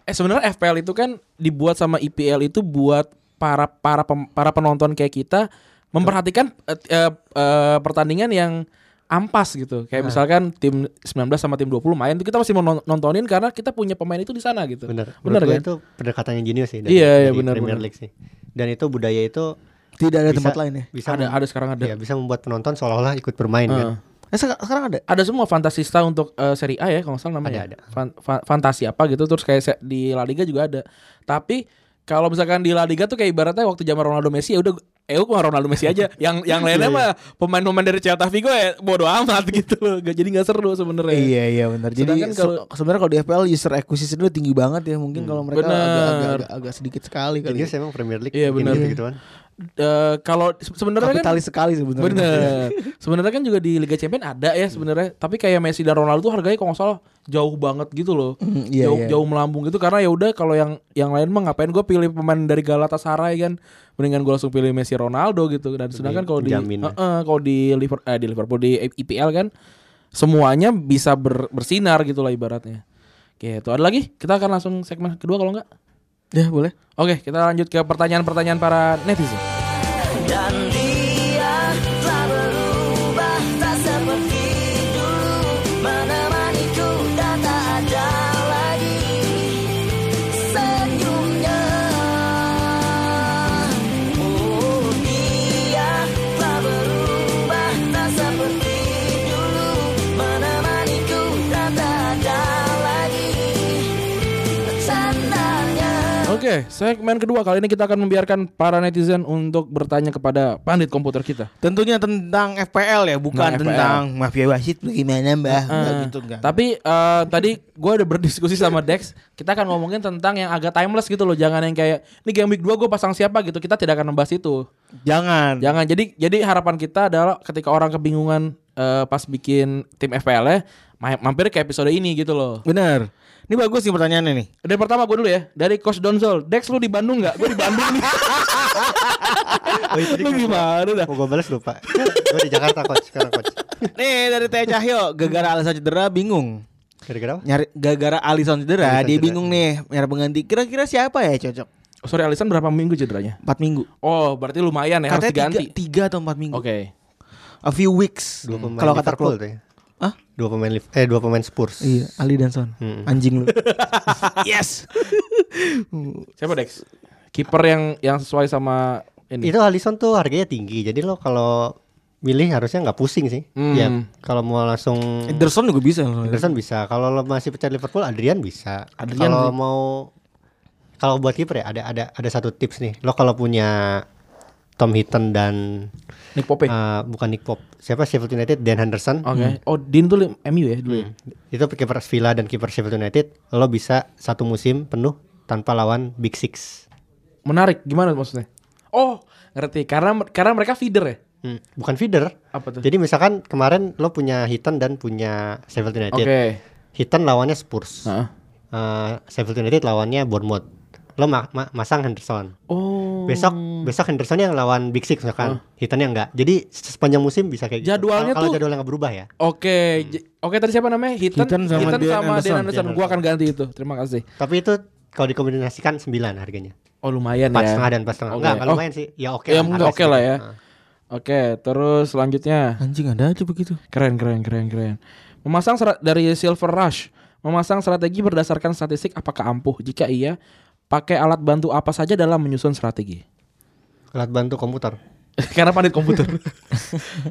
S4: eh sebenarnya FPL itu kan dibuat sama IPL itu buat para para pem- para penonton kayak kita memperhatikan eh, eh, eh, pertandingan yang ampas gitu.
S2: Nah.
S4: Kayak misalkan tim 19 sama tim 20 main itu kita masih mau non- nontonin karena kita punya pemain itu di sana gitu.
S2: Bener.
S4: Bener
S2: Menurut gua
S4: kan?
S2: Itu pendekatan yang jenius sih
S4: Iya, iya, bener,
S2: Premier
S4: bener.
S2: League sih. Dan itu budaya itu
S3: Tidak ada
S2: bisa-
S3: tempat lain ya.
S2: Bisa
S4: Ada ada sekarang ada.
S2: ya, bisa membuat penonton seolah-olah ikut bermain kan.
S4: Heeh.
S3: Eh, sek- sekarang ada.
S4: ada semua fantasista untuk eh, Serie A ya kalau nggak salah namanya.
S2: Ada, ada.
S4: Fan- fa- fantasi apa gitu terus kayak se- di La Liga juga ada. Tapi kalau misalkan di La Liga tuh kayak ibaratnya waktu zaman Ronaldo Messi ya udah eh mah Ronaldo Messi aja. Yang yang lainnya mah pemain-pemain dari Celta Vigo ya bodo amat gitu loh. Nggak- jadi nggak seru sebenarnya.
S3: Iya iya benar. Jadi
S4: Sedangkan kalau-
S3: se- sebenarnya kalau di FPL user acquisition itu tinggi banget ya. Mungkin kalau mereka
S4: Bener.
S3: agak, agak, agak, agak sedikit sekali kali. ya.
S2: Jenius emang Premier League.
S4: Iya, bener.
S2: Gitu -gituan.
S4: Eh, kalau se- sebenarnya kan
S3: Kapitalis sekali sebenarnya. Iya.
S4: Bener. sebenarnya kan juga di Liga Champions ada ya sebenarnya. Tapi kayak Messi dan Ronaldo tuh harganya kalau nggak salah jauh banget gitu loh.
S3: Mm, iya,
S4: jauh
S3: iya.
S4: jauh melambung gitu karena ya udah kalau yang yang lain mah ngapain gue pilih pemain dari Galatasaray kan mendingan gue langsung pilih Messi Ronaldo gitu. Dan sedangkan kalau di
S2: jamin ya.
S4: Heeh, kalau di Liverpool di Liverpool di IPL kan semuanya bisa ber- bersinar gitu lah ibaratnya. Gitu. Ada lagi? Kita akan langsung segmen kedua kalau nggak.
S3: Ya boleh.
S4: Oke, kita lanjut ke pertanyaan-pertanyaan para netizen.
S5: Dan dia telah berubah tak seperti dulu Menemaniku dan tak ada lagi senyumnya Oh dia telah berubah tak seperti dulu Menemaniku dan tak ada lagi candanya
S4: Oke, segmen kedua kali ini kita akan membiarkan para netizen untuk bertanya kepada pandit komputer kita.
S3: Tentunya tentang FPL ya, bukan
S4: Tentang
S3: tentang mafia wasit bagaimana mbah, Nggak
S4: Eh,
S3: gitu enggak.
S4: Tapi eh, tadi gue udah berdiskusi sama Dex, kita akan ngomongin tentang yang agak timeless gitu loh, jangan yang kayak ini game week 2 gue pasang siapa gitu. Kita tidak akan membahas itu.
S3: jangan.
S4: Jangan. Jadi jadi harapan kita adalah ketika orang kebingungan eh, pas bikin tim FPL ya, ma- mampir ke episode ini gitu loh.
S3: Bener. Ini bagus nih pertanyaannya nih.
S4: Dari pertama gue dulu ya, dari Coach Donzol, Dex lu di Bandung nggak? Gue di Bandung nih.
S2: Oh, itu
S4: lu gimana dah?
S2: Mau gue balas lupa. gue di Jakarta coach sekarang coach.
S3: Nih dari Teh Cahyo, gara-gara Alisson cedera bingung.
S2: Gara-gara apa?
S3: Nyari gara-gara Alisson cedera,
S2: Alisson
S3: dia
S2: cedera. iya.
S3: bingung nih nyari pengganti. Kira-kira siapa ya cocok?
S4: Oh, sorry Alisan berapa minggu cederanya?
S3: 4 minggu.
S4: Oh, berarti lumayan ya harus
S3: Katanya
S4: diganti.
S3: 3, tiga atau 4 minggu.
S4: Oke.
S3: A few weeks.
S2: Dua pemain
S3: Kalau kata
S2: Liverpool
S3: Klopp.
S2: tuh ya.
S3: Hah?
S2: Dua pemain Liv- eh dua pemain Spurs.
S3: Iya, Ali dan Son.
S2: Hmm.
S3: Anjing lu. yes.
S4: Siapa Dex? Kiper yang yang sesuai sama ini.
S2: Itu Alisson tuh harganya tinggi. Jadi lo kalau milih harusnya nggak pusing sih.
S4: Hmm.
S2: Ya kalau mau langsung
S3: Ederson juga bisa.
S2: Henderson bisa. Kalau lo masih percaya Liverpool, Adrian bisa.
S4: Adrian
S2: Kalau
S4: sih.
S2: mau kalau buat kiper ya ada ada ada satu tips nih. Lo kalau punya Tom Hinton dan
S4: Nick Pope. Oke.
S2: eh, bukan Nick Pope, siapa Sheffield United Dan Henderson.
S4: Ah.
S2: Hmm.
S4: Oh, Din tuh li- MU ya dulu ya.
S2: Itu kiper Villa dan kiper Sheffield United, lo bisa satu musim penuh tanpa lawan Big Six.
S4: Menarik. Gimana maksudnya? Oh, ngerti. Karena karena mereka feeder ya.
S2: Hmm, Bukan feeder.
S4: Apa tuh?
S2: Jadi misalkan kemarin lo punya Hinton dan punya Sheffield United.
S4: Oke.
S2: Hinton lawannya Spurs.
S4: Heeh.
S2: Eh, Sheffield United lawannya Bournemouth. Lo ma- ma- masang Henderson.
S4: Oh.
S2: besok besok Henderson yang lawan Big Six misalkan Hinton yang enggak jadi se- sepanjang musim bisa kayak gitu. Kalau-
S4: Jadwalnya
S2: kalau
S4: tuh-
S2: jadwalnya nggak berubah ya
S4: Oke, j- oke tadi siapa namanya? Hitan,
S3: Hitan sama
S4: Hitan
S3: Dean
S4: sama
S3: Anderson.
S4: Dean Anderson.
S2: Dean
S4: Gua akan ganti itu. Terima kasih.
S2: tapi itu kalau dikombinasikan 9 harganya
S4: Oh, lumayan
S2: empat
S4: ya.
S2: setengah dan empat setengah
S4: Oke.
S2: enggak nggak
S4: Oh.
S2: lumayan sih ya oke
S4: Ya,
S2: harga
S4: mungkin oke lah ya.
S2: segitu. Nah.
S4: Oke, terus selanjutnya.
S3: Anjing ada aja begitu.
S4: Keren, keren, keren, keren. Memasang sera- dari Silver Rush, memasang strategi berdasarkan statistik apakah ampuh? Jika iya, pakai alat bantu apa saja dalam menyusun strategi?
S2: alat bantu komputer
S4: Karena pandit komputer.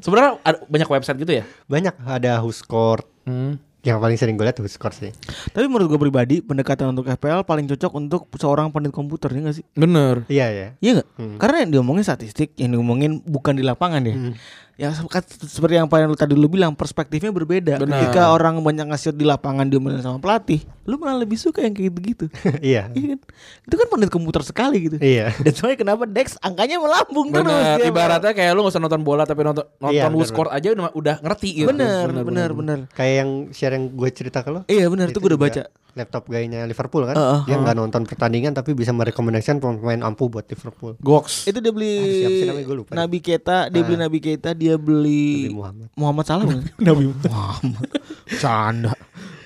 S4: Sebenarnya ada banyak website gitu ya.
S2: banyak ada Huskort
S4: Hmm.
S2: yang paling sering gue lihat tuh skor sih
S3: Tapi menurut gue pribadi pendekatan untuk FPL paling cocok untuk seorang pandit komputer ya nggak sih?
S4: Bener.
S2: iya ya
S3: Iya nggak? Karena yang diomongin statistik, yang diomongin bukan di lapangan ya.
S2: Hmm.
S3: Ya se- kat- seperti yang paling lu tadi lu bilang perspektifnya berbeda.
S4: Benar.
S3: Ketika orang banyak ngasih di lapangan diomelin sama pelatih, lu malah lebih suka yang kayak gitu.
S2: iya
S3: Iya kan? Itu kan pandit komputer sekali gitu.
S2: iya
S3: Dan soalnya kenapa Dex angkanya melambung terus? ya kan?
S4: Bener.
S3: tiap-
S2: gitu.
S4: Ibaratnya kayak lu gak usah nonton bola tapi nonton
S2: Iya,
S4: nonton
S2: bener,
S4: score aja udah udah ngerti gitu.
S3: Bener, bener, bener,
S2: kayak yang share yang gue cerita ke lo
S3: Iya bener, itu, gue udah baca.
S2: juga laptop gayanya Liverpool kan
S3: Heeh,
S2: dia nggak nonton pertandingan tapi bisa merekomendasikan pemain ampuh buat Liverpool
S4: Goks.
S3: Itu dia beli
S2: Ah, siapa sih namanya? Gua lupa deh.
S3: Nabi Keta, dia beli Nabi Keta, dia beli
S2: Nabi Muhammad.
S3: Muhammad Salah bukan? Nabi Muhammad. Canda.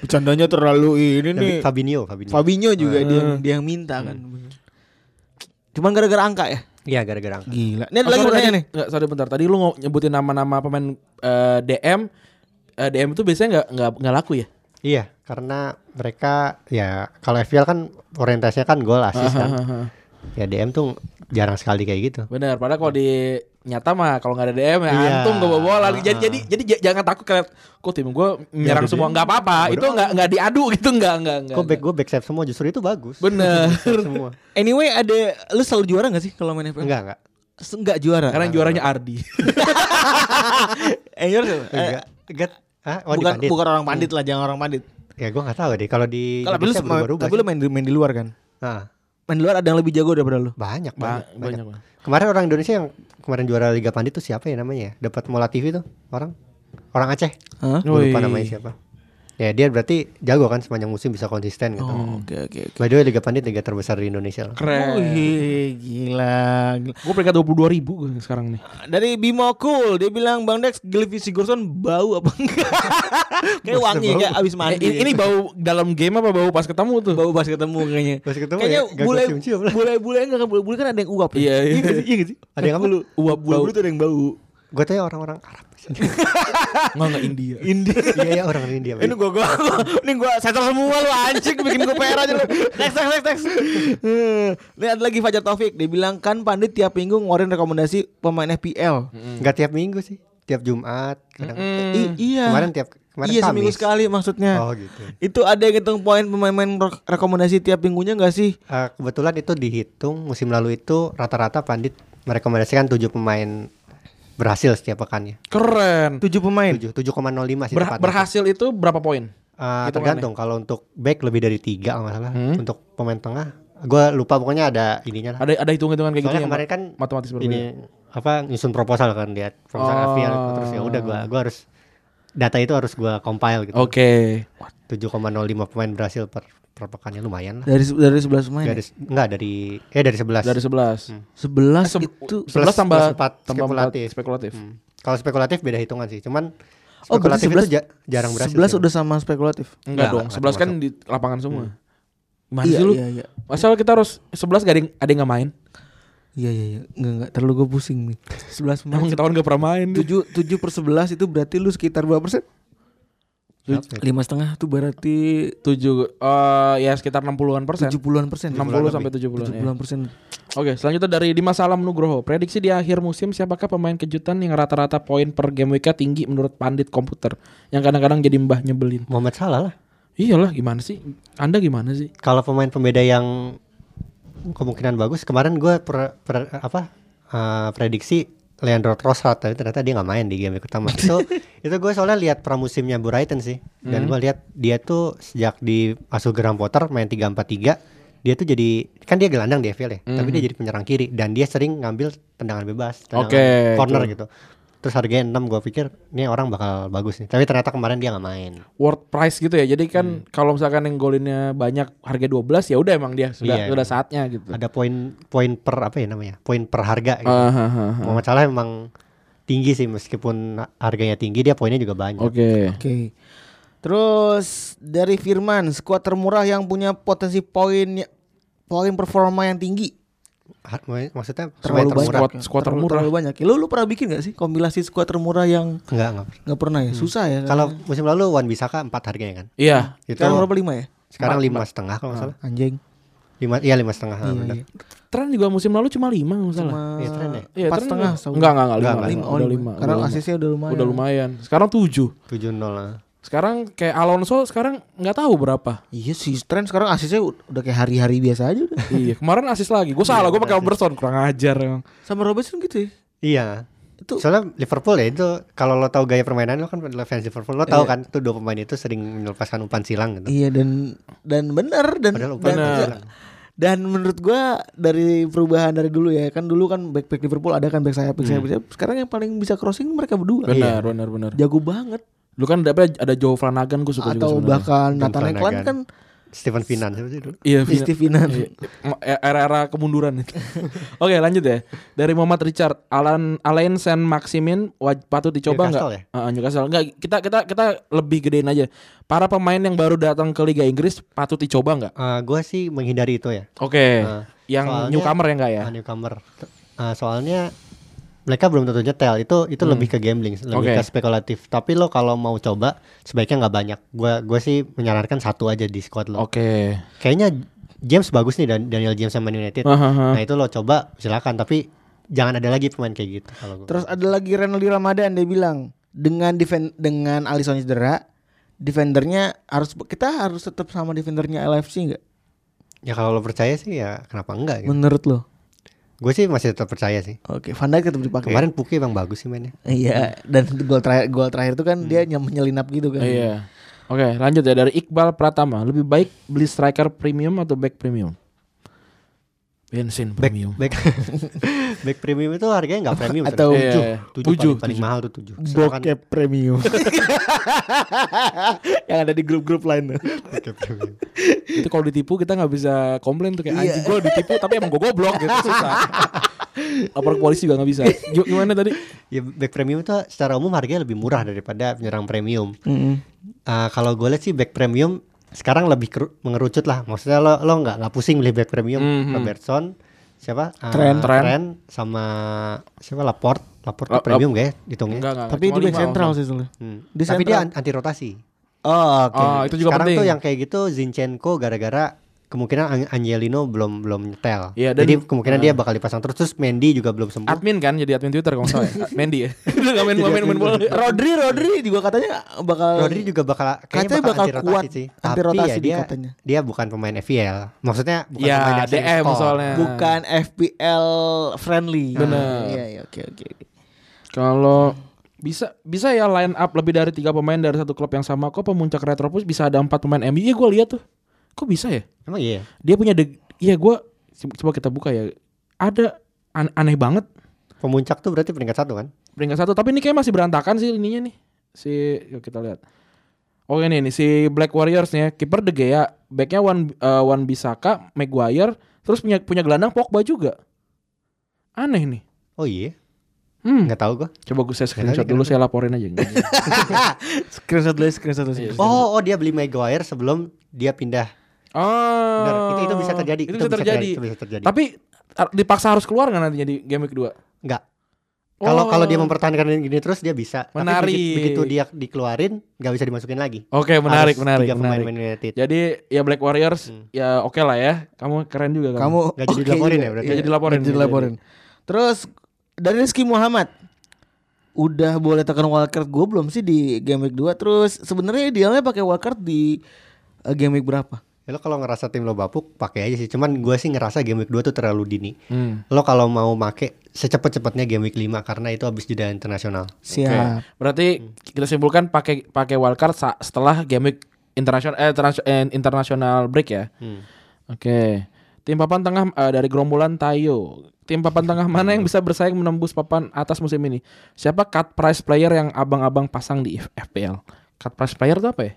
S3: Bercandanya terlalu ini nih.
S2: Tapi Fabinho Fabinho
S3: Fabinho juga dia dia yang minta kan. Cuman gara-gara angka ya.
S2: iya gara-gara angka.
S3: Gila. Ini ada
S4: Oh,
S3: lagi
S4: sorry,
S3: pertanyaan
S4: tadi-
S3: nih.
S4: Nggak, sorry bentar. Tadi lu ngo- nyebutin nama-nama pemain eh, DM. Eh, DM itu biasanya nggak nggak nggak laku ya?
S2: iya karena mereka ya kalau FPL kan orientasinya kan gol asis kan ya DM tuh jarang sekali kayak gitu
S4: Bener. Padahal kalau di nyata mah kalau nggak ada DM ya
S2: Iya. ah.
S4: antum kebobolan. Jadi jadi jadi j- jangan takut kalian kok tim gue menyerang
S2: Jadi-
S4: semua nggak apa-apa. Itu nggak nggak diadu gitu nggak nggak nggak.
S2: Kok back
S4: nggak.
S2: gue back save semua justru itu bagus.
S4: Bener.
S2: Back save semua.
S3: Anyway, ada lu selalu juara gak sih kalau main FPL?
S2: Enggak enggak.
S3: Se- Enggak juara.
S4: Karena yang juaranya Ardi.
S3: Eh, juara siapa? Eh,
S2: Enggak. Enggak. Ah, oh, di
S3: bukan
S2: Pandit.
S3: bukan orang pandit lah, jangan orang pandit.
S2: Ya gue nggak tahu deh kalau di
S3: Kalau tapi lu
S2: Indonesia
S3: sama-
S2: berubah-ubah
S3: tapi lu
S2: sih.
S3: main di, main di luar kan?
S2: Nah,
S3: Main di luar ada yang lebih jago daripada lu.
S2: banyak
S4: Ba-
S2: banget.
S4: banyak,
S2: banyak.
S4: Bang.
S2: Kemarin orang Indonesia yang kemarin juara Liga Pandit tuh siapa ya namanya ya? Dapat Mola TV tuh orang orang Aceh.
S3: Hah?
S2: Gua lupa
S4: Woi.
S2: namanya siapa. Ya dia berarti jago kan sepanjang musim bisa konsisten gitu.
S3: Oh, Oke oke oke.
S2: By the way Liga Pandit liga terbesar di Indonesia loh.
S4: Keren.
S3: Wih, gila, gila.
S4: Gue iya, peringkat 22 ribu sekarang nih.
S3: Dari Bimo Cool Dia bilang Bang Dex Gilvi Sigurdsson bau apa enggak Kayak wangi kayak abis mandi gitu.
S4: Eh, ini, ini bau dalam game apa bau pas ketemu tuh?
S3: bau pas ketemu kayaknya
S2: Pas ketemu
S3: Kayaknya
S2: ya, gak gua
S3: bule
S2: cium-cium lah.
S3: Bule bule enggak kan bule bule kan ada yang uap
S4: Iya, iya.
S3: nggak sih? Iya nggak sih
S2: Ada yang apa?
S3: Bulu-
S4: Uap
S3: Bule
S4: bau.
S3: bule tuh ada yang bau
S2: Gue tanya orang-orang Arab.
S4: Nggak nggak India.
S3: India
S2: Iya ya orang India.
S3: ini gua gua ini gua setel semua lu anjing bikin gua PR aja lu. Next next next next. Hmm. Ini ada lagi Fajar Taufik dia bilang kan pandit tiap minggu ngeluarin rekomendasi pemain FPL.
S2: Enggak tiap minggu sih. Tiap Jumat kadang.
S4: Hmm.
S3: I- iya.
S2: Kemarin tiap kemarin
S3: iya seminggu
S2: Kamis.
S3: sekali maksudnya.
S2: Oh, gitu.
S3: Itu ada yang hitung poin pemain-pemain re- rekomendasi tiap minggunya nggak sih?
S2: Eh, kebetulan itu dihitung musim lalu itu rata-rata pandit merekomendasikan 7 pemain berhasil setiap pekannya.
S3: Hmm.
S4: Keren.
S3: Tujuh pemain.
S2: 7 7,05 sih
S4: Ber-
S2: tepatnya.
S4: berhasil itu berapa
S2: Eh,
S4: poin? hitungannya. Hmm.
S2: tergantung kalau untuk back lebih dari 3 kalau nggak salah. Untuk pemain tengah gua lupa pokoknya ada ininya lah.
S4: Ada ada hitung-hitungan kayak
S2: Soalnya
S4: gitu
S2: kemarin kan
S4: matematis berbeda.
S2: ini apa nyusun proposal kan lihat proposal
S4: Oh.
S2: AVL terus ya udah gua gua harus data itu harus gua compile gitu.
S4: Oke.
S2: 7,05 pemain berhasil per, per pekannya lumayan lah.
S3: Dari se- dari 11 pemain.
S2: Dari enggak dari eh dari 11.
S4: ya? Dari 11.
S3: 11
S4: Se-
S3: itu.
S4: 11 tambah
S2: Hmm. plus empat
S4: tambah
S2: spekulatif.
S4: empat spekulatif.
S2: Hmm. Kalau spekulatif beda hitungan sih, cuman
S3: Oh,
S2: spekulatif
S3: berarti 11
S2: itu ja- jarang berhasil.
S3: 11
S2: sih.
S3: udah sama spekulatif.
S4: Enggak
S2: Enggak,
S4: dong,
S2: enggak
S4: 11 kan
S2: termasuk.
S4: di lapangan semua. Gimana
S3: Iya,
S4: sih lu?
S3: iya, iya.
S4: Masa kita harus 11 gak ada yang, ada yang gak main?
S3: Iya iya iya. Enggak enggak terlalu gue pusing nih. 11 pemain.
S4: Emang ketahuan gak pernah main dia.
S3: tujuh tujuh per sebelas itu berarti lu sekitar berapa persen?
S2: Berapa
S3: Lima setengah itu berarti
S4: 7 eh ya sekitar 60-an persen.
S3: tujuh puluhan persen.
S4: 60 sampai 70-an.
S3: tujuh
S4: ya.
S3: puluhan persen.
S4: Oke, selanjutnya dari Dimas Salam Nugroho. Prediksi di akhir musim siapakah pemain kejutan yang rata-rata poin per game week tinggi menurut pandit komputer yang kadang-kadang jadi mbah nyebelin.
S2: Mohamed Salah lah.
S4: Iyalah, gimana sih? Anda gimana sih?
S2: Kalau pemain pembeda yang kemungkinan bagus, kemarin gue per, per- apa eh, prediksi Leandro Trossard tapi ternyata dia nggak main di game week pertama. itu itu gue soalnya lihat pramusimnya Brighton sih. Dan gue lihat dia tuh sejak di asuh Graham Potter main 3-4-3 dia tuh jadi kan dia gelandang di FPL ya, tapi dia jadi penyerang kiri dan dia sering ngambil tendangan bebas, tendangan
S4: Oke,
S2: corner gitu. Terus harganya 6 gue pikir ini orang bakal bagus nih. Tapi ternyata kemarin dia nggak main.
S4: worth price gitu ya. Jadi kan kalau misalkan yang golinnya banyak harga 12 ya udah emang dia sudah
S2: Iya.
S4: sudah saatnya gitu.
S2: Ada poin poin per apa ya namanya? Poin per harga gitu.
S4: Ah, ah, ah, ah.
S2: Muhammad Salah emang tinggi sih meskipun harganya tinggi dia poinnya juga banyak.
S3: Oh.
S4: Oke.
S3: Oke. Terus dari Firman, skuad termurah yang punya potensi poin ya, poin performa yang tinggi
S2: Ha- mak- Maksudnya
S3: terlalu
S2: pemain
S3: banyak.
S2: termurah.
S4: Skuad- skuad
S3: Terlalu-
S4: termurah.
S3: Terlalu banyak. Lu lu pernah bikin gak sih kompilasi skuad termurah yang
S2: Enggak, enggak.
S3: nggak pernah
S4: Hmm.
S3: ya? Susah ya.
S2: Kalau musim lalu Wan Bisaka 4 harganya kan.
S4: Iya.
S2: Itu
S3: sekarang berapa Ah. lima ya?
S2: sekarang lima setengah kalau nggak salah.
S3: Anjing.
S2: Lima iya lima
S3: Nah,
S2: setengah ah, benar.
S4: Tren juga musim lalu cuma 5 enggak salah.
S2: Iya, tren ya.
S4: Iya,
S3: Empat
S4: tren
S3: setengah,
S4: enggak
S3: Saul.
S4: enggak enggak
S2: Enggak,
S4: lima,
S2: enggak.
S4: lima,
S3: Oh,
S4: udah
S3: lima.
S4: lima,
S3: Karena
S4: udah lima.
S3: asisnya udah lumayan.
S4: Udah lumayan. Sekarang 7.
S2: Tujuh nol ah. lah.
S4: Sekarang kayak Alonso sekarang nggak tahu berapa.
S3: Iya sih tren sekarang asisnya udah kayak hari-hari biasa aja udah.
S4: iya, kemarin asis lagi. Gue salah, gue pakai Robertson kurang ajar emang.
S3: Sama Robertson gitu ya.
S2: Iya.
S3: Itu-
S2: Soalnya Liverpool ya itu kalau lo tahu gaya permainan lo kan fans Liverpool lo tahu kan tuh dua pemain itu sering melepaskan umpan silang gitu.
S3: Iya dan dan bener dan
S2: Padahal
S3: dan,
S2: umpan silang.
S3: dan menurut gua dari perubahan dari dulu ya kan dulu kan back back Liverpool ada kan back sayap back
S4: Hmm.
S3: sayap, back sayap. sekarang yang paling bisa crossing mereka berdua. Iya.
S4: Benar, benar, benar.
S3: Jago banget.
S4: Lu kan ada apa, ada Joe Flanagan gue suka
S3: Atau
S4: juga sebenarnya.
S3: bahkan Nathan
S2: Flanagan.
S3: Clan kan
S2: Steven Finan siapa sih dulu?
S4: Iya, Vina-
S3: Steve Finan.
S4: Iya, era-era kemunduran itu. Oke, lanjut ya. Dari Muhammad Richard, Alan Alain Saint Maximin waj- patut dicoba nggak?
S2: Newcastle ya?
S4: Heeh, Newcastle. Nggak, kita kita kita lebih gedein aja. Para pemain yang baru datang ke Liga Inggris patut dicoba nggak?
S2: Eh, gue sih menghindari itu ya.
S4: Oke.
S2: Nah,
S4: yang
S2: soalnya-
S4: newcomer ya enggak Eh, ya?
S2: Ah, newcomer. Eh, soalnya mereka belum tentu nyetel itu itu lebih ke gambling lebih
S4: Oke.
S2: ke spekulatif tapi lo kalau mau coba sebaiknya nggak banyak gua gua sih menyarankan satu aja di squad lo
S4: Oke.
S2: kayaknya James bagus nih Dan- Daniel James sama Man United nah
S4: Hahaha.
S2: itu lo coba silakan tapi jangan ada lagi pemain kayak gitu kalau gua.
S3: Terus ada lagi Renaldi Ramadan dia bilang dengan defen dengan Alisson cedera defendernya harus kita harus tetap sama defendernya LFC nggak?
S2: ya kalau lo percaya sih ya kenapa enggak gitu.
S3: Menurut lo?
S2: gue sih masih tetap percaya sih
S3: Oke, Van Dijk tetap dipakai.
S2: kemarin Puki emang bagus sih mainnya
S3: Iya, dan gol terakhir gol terakhir itu kan dia nyam nyelinap gitu kan.
S4: Iya. Oke, lanjut ya dari Iqbal Pratama. Lebih baik beli striker premium atau back premium? Bensin premium.
S2: back back premium itu harganya nggak premium
S3: Atau-
S2: sebenarnya. tujuh
S4: Iya,
S2: tujuh,
S4: tujuh,
S2: paling, paling
S4: tujuh.
S2: mahal tuh tujuh Silakan.
S3: Bokep premium. Yang ada di grup-grup lain tuh.
S2: Bokep premium.
S4: itu kalau ditipu kita nggak bisa komplain tuh
S2: Iya.
S4: kayak anjing gue ditipu tapi emang gue goblok gitu susah lapor ke polisi juga nggak bisa
S2: Iya.
S4: Gi- gimana tadi
S2: ya back premium itu secara umum harganya lebih murah daripada penyerang premium
S3: Hmm.
S2: Ah, kalau gue lihat sih back premium sekarang lebih keru- mengerucut lah maksudnya lo lo nggak nggak pusing beli back premium
S4: Mhm.
S2: Robertson siapa Ah,
S4: Trent. Trent.
S2: sama siapa Laporte Laporte tuh
S4: Lap-
S2: premium gak ya hitungnya
S4: enggak enggak
S3: Tapi itu back sentral sih soalnya.
S2: Hmm.
S3: Di
S2: tapi dia
S3: sentral.
S2: an- anti rotasi
S3: Oh, oke.
S4: oh itu
S2: gitu.
S4: juga
S2: sekarang
S4: penting
S2: tuh yang kayak gitu Zinchenko gara-gara kemungkinan An- Angelino belum belum nyetel.
S4: Iya, dan-
S2: Jadi kemungkinan dia bakal dipasang terus terus Mendy juga belum sembuh.
S4: admin kan jadi admin twitter kalau nggak salah ya. Mendy ya udah nggak main nggak main main bola
S3: Rodri Rodri juga katanya bakal
S2: Rodri juga bakal
S3: Katanya
S2: kayaknya bakal,
S3: bakal
S2: anti rotasi
S3: kuat,
S2: sih.
S3: anti
S2: Tapi
S3: rotasi
S2: ya dia
S3: katanya.
S2: dia bukan pemain FPL. Maksudnya bukan
S4: ya
S2: pemain yang sering
S4: dm
S2: skor.
S4: soalnya
S3: bukan FPL friendly.
S4: Bener.
S3: Iya, iya, oke oke. oke.
S4: kalau bisa bisa ya line up lebih dari tiga pemain dari satu klub yang sama kok pemuncak retropus bisa ada empat pemain MU iya gue lihat tuh kok bisa ya
S2: Emang iya.
S4: dia punya deg iya gue coba kita buka ya ada an- aneh banget
S2: Pemuncak tuh berarti peringkat satu kan?
S4: peringkat satu tapi ini kayak masih berantakan sih ininya nih si yuk kita lihat oke nih nih si Black Warriors nih ya. kiper De Gea backnya Wan eh, Wan Bisaka Maguire terus punya punya gelandang Pogba juga aneh nih
S2: Oh iya.
S4: hmm.
S2: Nggak kan. tahu gua.
S4: coba gue saya screenshot dulu saya laporin aja
S3: Screenshot dulu, screenshot dulu.
S4: Iya.
S2: Oh, oh dia beli Maguire sebelum dia pindah.
S4: oh
S2: Benar, itu itu bisa terjadi.
S4: itu, bisa terjadi,
S2: Itu bisa terjadi.
S4: tapi ar- dipaksa harus keluar nggak nantinya di game week kedua
S2: Enggak. Kalau
S4: Oh.
S2: kalau dia mempertahankan ini gini terus dia bisa. Tapi
S4: Menarik.
S2: begi- begitu dia dikeluarin nggak bisa dimasukin lagi.
S4: oke menarik
S2: Harus
S4: menarik
S2: Tiga pemain
S4: menarik
S2: Man United.
S4: jadi ya Black Warriors
S2: Hmm.
S4: ya oke lah ya kamu keren juga
S3: Kamu
S2: Nggak jadi dilaporin ya berarti?
S4: Nggak jadi dilaporin,
S3: Nggak jadi
S4: nggak
S3: dilaporin. Terus dari Rizky Muhammad udah boleh tekan wildcard gue belum sih di game week 2 terus sebenarnya idealnya pakai wildcard di eh, game week berapa?
S2: Ya, lo kalau ngerasa tim lo bapuk pakai aja sih. Cuman gua sih ngerasa game week 2 tuh terlalu dini.
S4: Hmm.
S2: Lo kalau mau make secepet-cepetnya game week 5 karena itu habis jeda internasional.
S4: Oke.
S3: Siap.
S4: Berarti kita simpulkan pakai pakai wildcard sa- setelah game week internasional eh, trans- eh, international break ya. Oke. Tim papan tengah eh, dari gerombolan Tayo. Tim papan tengah mana yang bisa bersaing menembus papan atas musim ini? Siapa cut price player yang abang-abang pasang di F- FPL? Cut price player itu apa ya?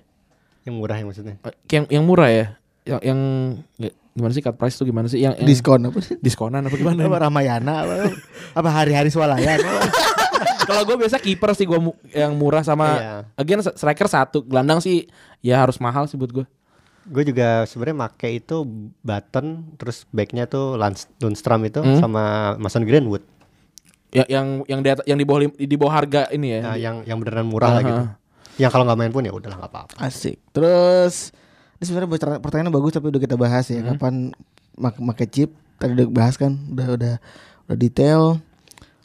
S2: Yang murah yang maksudnya.
S4: Eh, Yang yang murah ya? Yang yang nggak, gimana sih cut price itu gimana sih? Yang, yang
S3: Diskon apa sih?
S4: diskonan apa gimana?
S3: Apa Ramayana apa, apa hari-hari swalayan apa?
S4: Kalau gue biasa kiper sih gue yang murah sama
S2: Iya.
S4: again striker satu, gelandang sih ya harus mahal sih buat gue.
S2: Gue juga sebenarnya make itu Button terus backnya tuh Lans- Lundstram itu
S4: Hmm.
S2: sama Mason Greenwood
S4: Ya, yang yang di atas- yang di bawah lim- di bawah harga ini ya.
S2: Nah, yang yang beneran murah lah
S4: Aha.
S2: gitu. Yang kalau nggak main pun ya udahlah nggak apa-apa.
S3: Asik. Terus ini sebenarnya pertanya- pertanyaannya bagus tapi udah kita bahas ya kapan mak- make chip tadi udah bahas kan udah udah udah detail.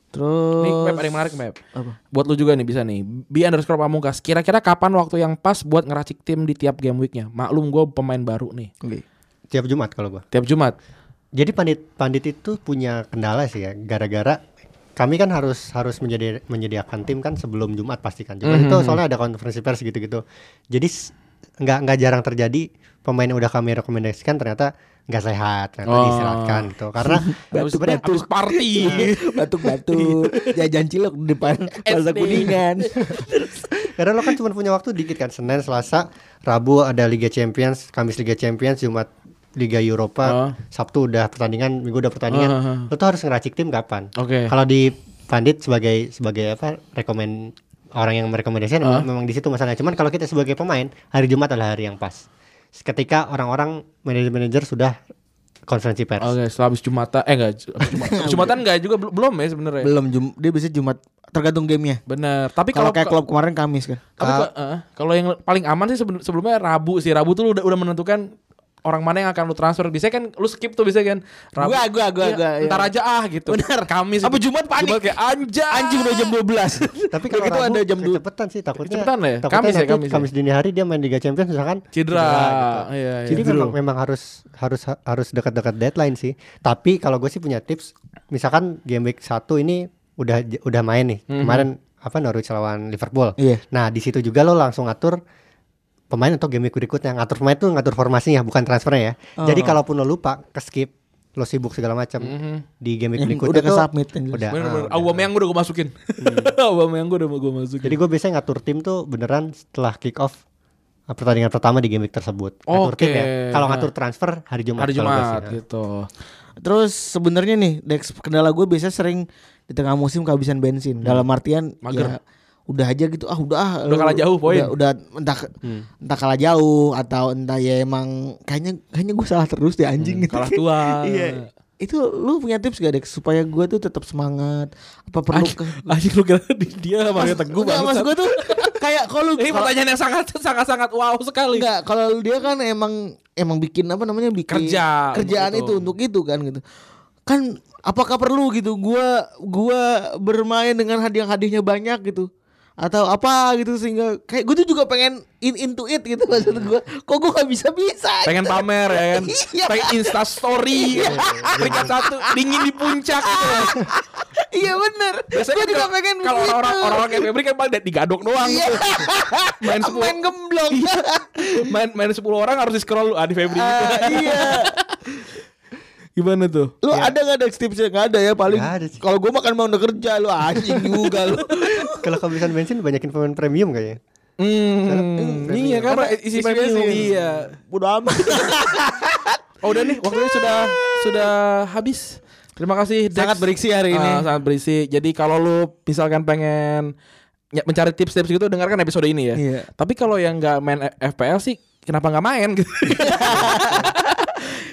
S3: Terus
S4: Ini Map ada yang menarik Map
S3: Apa?
S4: Buat lu juga nih bisa nih B underscore Pamungkas Kira-kira kapan waktu yang pas buat ngeracik tim di tiap game weeknya Maklum gue pemain baru nih
S3: Oke.
S2: tiap Jumat kalau gua.
S4: Tiap Jumat
S2: Jadi pandit pandit itu punya kendala sih ya, gara-gara kami kan harus harus menjadi menyediakan tim kan sebelum Jumat pastikan. Jumat itu soalnya ada konferensi pers gitu-gitu. Jadi s- nggak nggak jarang terjadi pemain yang udah kami rekomendasikan ternyata nggak sehat, ternyata
S4: Oh.
S2: diistirahatkan gitu. Karena
S4: Habis
S2: sebenarnya
S4: habis party
S3: Iya. Batuk-batuk
S4: Iya.
S3: Jajan cilok di depan Plaza Kuningan
S2: Karena lo kan cuma punya waktu dikit kan Senin, Selasa, Rabu ada Liga Champions, Kamis Liga Champions, Jumat Liga
S4: Ah.
S2: Eropa, Sabtu udah pertandingan, Minggu udah pertandingan.
S4: Ah, ah,
S2: Lo tuh harus ngeracik tim kapan?
S4: Oke.
S2: Kalau di Pandit sebagai sebagai apa? Rekomend orang yang merekomendasikan
S4: Ah.
S2: memang di situ masalahnya. Cuman kalau kita sebagai pemain, hari Jumat adalah hari yang pas. Ketika orang-orang manajer-manajer sudah konferensi pers.
S4: Oke setelah habis Jumatan Eh enggak habis Jumatan. Habis Jumatan enggak juga bel- Belum ya sebenarnya
S3: Belum Jum- Dia bisa Jumat Tergantung gamenya
S4: Bener Tapi
S3: Kalau
S4: kalau
S3: kayak klub kemarin Kamis kan
S4: Tapi
S2: Ka-
S4: kok- eh, kalau yang paling aman sih sebelum- sebelumnya Rabu sih. Rabu tuh lu udah udah menentukan orang mana yang akan lu transfer. Biasanya kan lu skip tuh biasanya kan. Rabu.
S3: Gua, gua, gua,
S4: Iya,
S3: gua, iya.
S4: Ntar aja ah gitu.
S3: Benar.
S4: Kamis.
S3: Apa
S4: gitu.
S3: Jumat panik?
S4: Jumat kayak anjay.
S3: Anjing udah jam 12
S2: Tapi kalau
S3: Begitu
S2: Rabu
S3: ada jam 2
S2: kecepetan sih takutnya.
S4: Kecepetan ya?
S2: Takutnya
S4: Kamis ya,
S2: nanti
S4: Kamis ya?
S2: dini hari dia main Liga Champions misalkan
S4: Cedera.
S2: gitu.
S4: Iya, iya.
S2: Jadi memang memang harus harus harus dekat-dekat deadline sih. Tapi kalau gue sih punya tips, misalkan game week 1 ini udah udah main nih.
S4: Mhm.
S2: Kemarin apa Norwich lawan Liverpool.
S3: Iya.
S2: Nah, di situ juga lo langsung atur pemain untuk game week berikutnya. Ngatur pemain tuh ngatur formasinya bukan transfernya ya.
S4: Oh,
S2: Jadi kalaupun lo lupa, ke skip, lo sibuk segala macam
S4: Mhm.
S2: di game week
S3: Yang
S2: berikutnya
S3: udah
S2: tuh
S3: kesubmit, yang jelas.
S2: Udah.
S4: Bener,
S2: ah,
S4: bener.
S2: udah.
S3: iya.
S4: Aubameyang gue udah gue masukin.
S3: Hmm.
S4: Aubameyang gue udah gue masukin.
S2: Jadi gue biasanya ngatur tim tuh beneran setelah kick off uh, pertandingan pertama di game week tersebut. Ngatur tim
S4: Oke.
S2: ya. Kalau
S4: Nah.
S2: ngatur transfer hari Jumat.
S4: Hari
S2: kalau gua
S4: Jumat
S2: sih. nah.
S4: gitu.
S3: Terus sebenarnya nih Dex kendala gue biasanya sering di tengah musim kehabisan bensin dalam artian
S4: Hmm. Mager.
S3: ya udah aja gitu ah udah ah,
S4: Udah
S3: lu-
S4: kalah jauh, poin. Hmm.
S3: udah, udah entah entah kalah jauh atau entah ya emang kayaknya kayaknya gue salah terus deh anjing gitu
S4: kalah tua.
S3: iya itu lu punya tips gak Dex supaya gue tuh tetap semangat apa perlu ke
S4: Anjing lu kira di- dia sama Mario Teguh
S3: Enggak,
S4: banget.
S3: maksud gue tuh kayak kalau lu
S4: Ini
S3: kalau-
S4: pertanyaan yang sangat sangat sangat wow sekali.
S3: Enggak, kalau dia kan emang emang bikin apa namanya bikin
S4: Kerja untuk
S3: kerjaan
S4: itu.
S3: itu. untuk itu kan gitu. Kan apakah perlu gitu gua gua bermain dengan hadiah-hadiahnya banyak gitu atau apa gitu sehingga kayak gue tuh juga pengen in into it gitu maksud gue kok gue gak bisa bisa
S4: Hmm. pengen pamer ya kan
S3: Iya.
S4: pengen insta story peringkat satu dingin di puncak gitu loh.
S3: iya bener
S4: biasanya
S3: gue Ah,
S4: kan
S3: juga
S4: kalau-
S3: pengen gitu.
S4: kalau
S3: begitu.
S4: orang-orang orang kayak Febri kan paling digadok doang
S3: Iya.
S4: gitu. main
S3: main
S4: sepuluh Iya.
S3: gemblong
S4: main main sepuluh orang harus di scroll dulu ah, di Febri
S3: Ah, iya
S4: gimana tuh
S3: lu ada gak ada tipsnya gak ada ya paling
S2: Nggak ada sih.
S3: kalau gue makan mau udah kerja lu anjing juga lu
S2: Kalau kehabisan bensin banyakin pemain premium kayaknya.
S4: hmm, iya kan
S3: Karena
S4: isi
S3: isi
S4: premium
S3: bensin.
S4: iya
S3: bodo amat
S4: oh udah nih waktunya sudah sudah habis terima kasih Dex.
S3: Sangat beriksi hari ini.
S4: Ah, sangat berisi jadi kalau lu misalkan pengen ny- mencari tips-tips gitu dengarkan episode ini ya
S3: Iya.
S4: Tapi kalau yang nggak main F- FPL sih kenapa nggak main? gitu.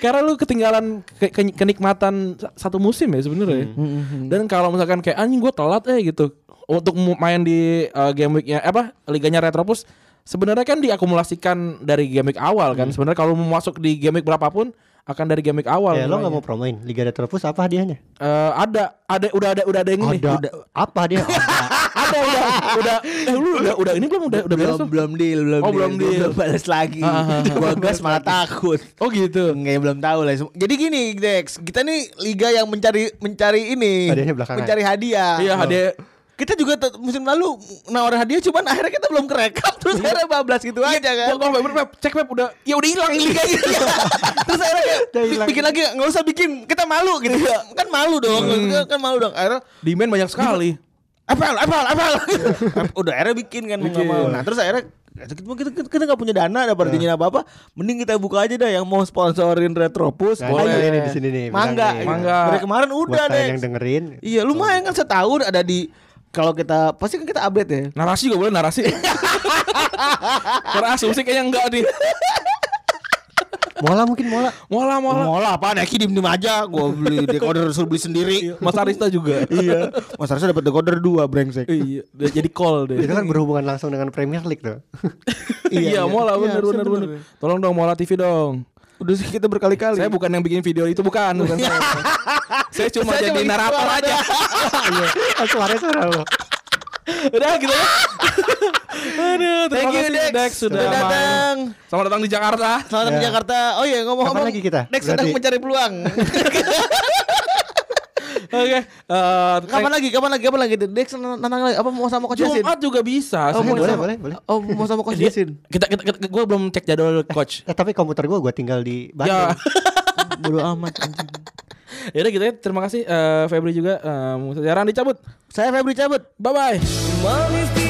S4: Karena lu ketinggalan ke- ke- kenikmatan sa- satu musim ya sebenarnya.
S2: Hmm,
S4: Dan kalau misalkan kayak anjing gue telat eh gitu untuk mu- main di uh, game weeknya apa liganya Retropus sebenarnya kan diakumulasikan dari game week awal
S2: Hmm.
S4: kan. Sebenarnya kalau mau masuk di game week berapapun akan dari game week awal.
S2: Ya lo nggak mau
S4: nilainya.
S2: promoin Liga Retropus apa hadiahnya?
S4: Eh, ada ada udah ada udah ada yang ini.
S2: Ada.
S4: Udah,
S2: Apa hadiah? Ada.
S4: ada udah udah eh, lu udah udah ini belum udah udah beres
S3: belum
S4: tuh?
S3: belum deal belum
S4: Oh, belum
S3: Gua
S4: deal. Ah,
S3: belum balas lagi gua gas malah takut
S4: Oh gitu.
S3: Nggak, belum tahu lah semua. jadi gini Dex kita nih liga yang mencari mencari ini
S2: Hadiahnya belakangan.
S3: mencari hadiah
S4: Iya, hadiah-
S3: kita juga tet- musim lalu nawarin hadiah cuman akhirnya kita belum kerekap terus akhirnya bablas gitu aja kan
S4: Iya. Gua gua Map, Map, cek Map udah ya udah hilang ini.
S3: liga ini terus akhirnya kayak,
S2: Udah
S3: "Bi-
S2: hilang.
S3: bikin lagi nggak usah bikin kita malu gitu
S4: Iya.
S3: kan malu dong
S4: Hmm.
S3: kan malu dong akhirnya
S4: Demand banyak sekali.
S3: Apel, apel, apel. Iya. Udah akhirnya bikin kan mau nggak mau. Nah terus akhirnya kita kita kita nggak punya dana ada perjanjian apa apa. Mending kita buka aja dah yang mau sponsorin Retropus.
S2: Nah,
S4: Boleh.
S2: ini nih di sini nih. menang
S3: Mangga,
S2: nih.
S4: Mangga.
S3: Dari kemarin udah
S2: Buat
S3: deh.
S2: kalian yang dengerin.
S3: Iya lumayan kan setahun ada di kalau kita pasti kan kita update ya.
S4: Narasi juga boleh narasi. Karena asumsi kayaknya enggak nih.
S2: Mola mungkin mola.
S4: Mola mola.
S3: Mola apa Neki diem diem ya? aja. Gue beli decoder suruh beli sendiri.
S4: Mas Arista juga.
S3: iya. Mas Arsa dapat decoder dua brengsek.
S4: iya, dia jadi call deh.
S2: Itu kan berhubungan langsung dengan Premier League tuh.
S4: iya,
S3: iya.
S4: mola
S3: Iya,
S4: bener
S3: harusnya
S4: bener
S3: bener,
S4: bener. Tolong dong mola TV dong.
S3: Udah sih kita berkali-kali.
S4: Saya bukan yang bikin video itu bukan, bukan saya. saya cuma
S3: Saya
S4: jadi
S3: cuma gitu
S4: narator
S3: ikut
S4: aja.
S2: Iya, ah, suaranya suara lo.
S4: Udah gitu ya. Aduh, terima
S3: Thank you,
S4: kasih
S3: Dex.
S4: Dex sudah
S3: Sudah datang.
S4: datang. Selamat datang di Jakarta.
S3: Selamat di Jakarta. Oh iya ngomong-ngomong.
S2: Kapan lagi kita?
S3: Next
S2: Berarti-
S3: sedang mencari peluang.
S4: Oke. eh,
S3: kapan lagi? Kapan lagi? Kapan lagi? Dex nantang lagi. Apa mau sama Coach Yasin?
S4: Jumat juga bisa.
S2: Eh,
S3: Oh,
S4: Sama-
S2: boleh,
S4: sama-
S2: boleh, boleh.
S3: Oh mau sama Coach
S4: Dia-
S3: Yasin.
S4: Kita, kita, kita gue belum cek jadwal coach.
S2: Eh, tapi komputer gua gua tinggal di Bandung.
S4: Ya.
S3: Bodo amat. anjing.
S4: ya udah gitu ya. Terima kasih eh, Febri juga. Eh, sekarang dicabut.
S3: Saya Febri cabut.
S4: Bye bye.
S5: Manis di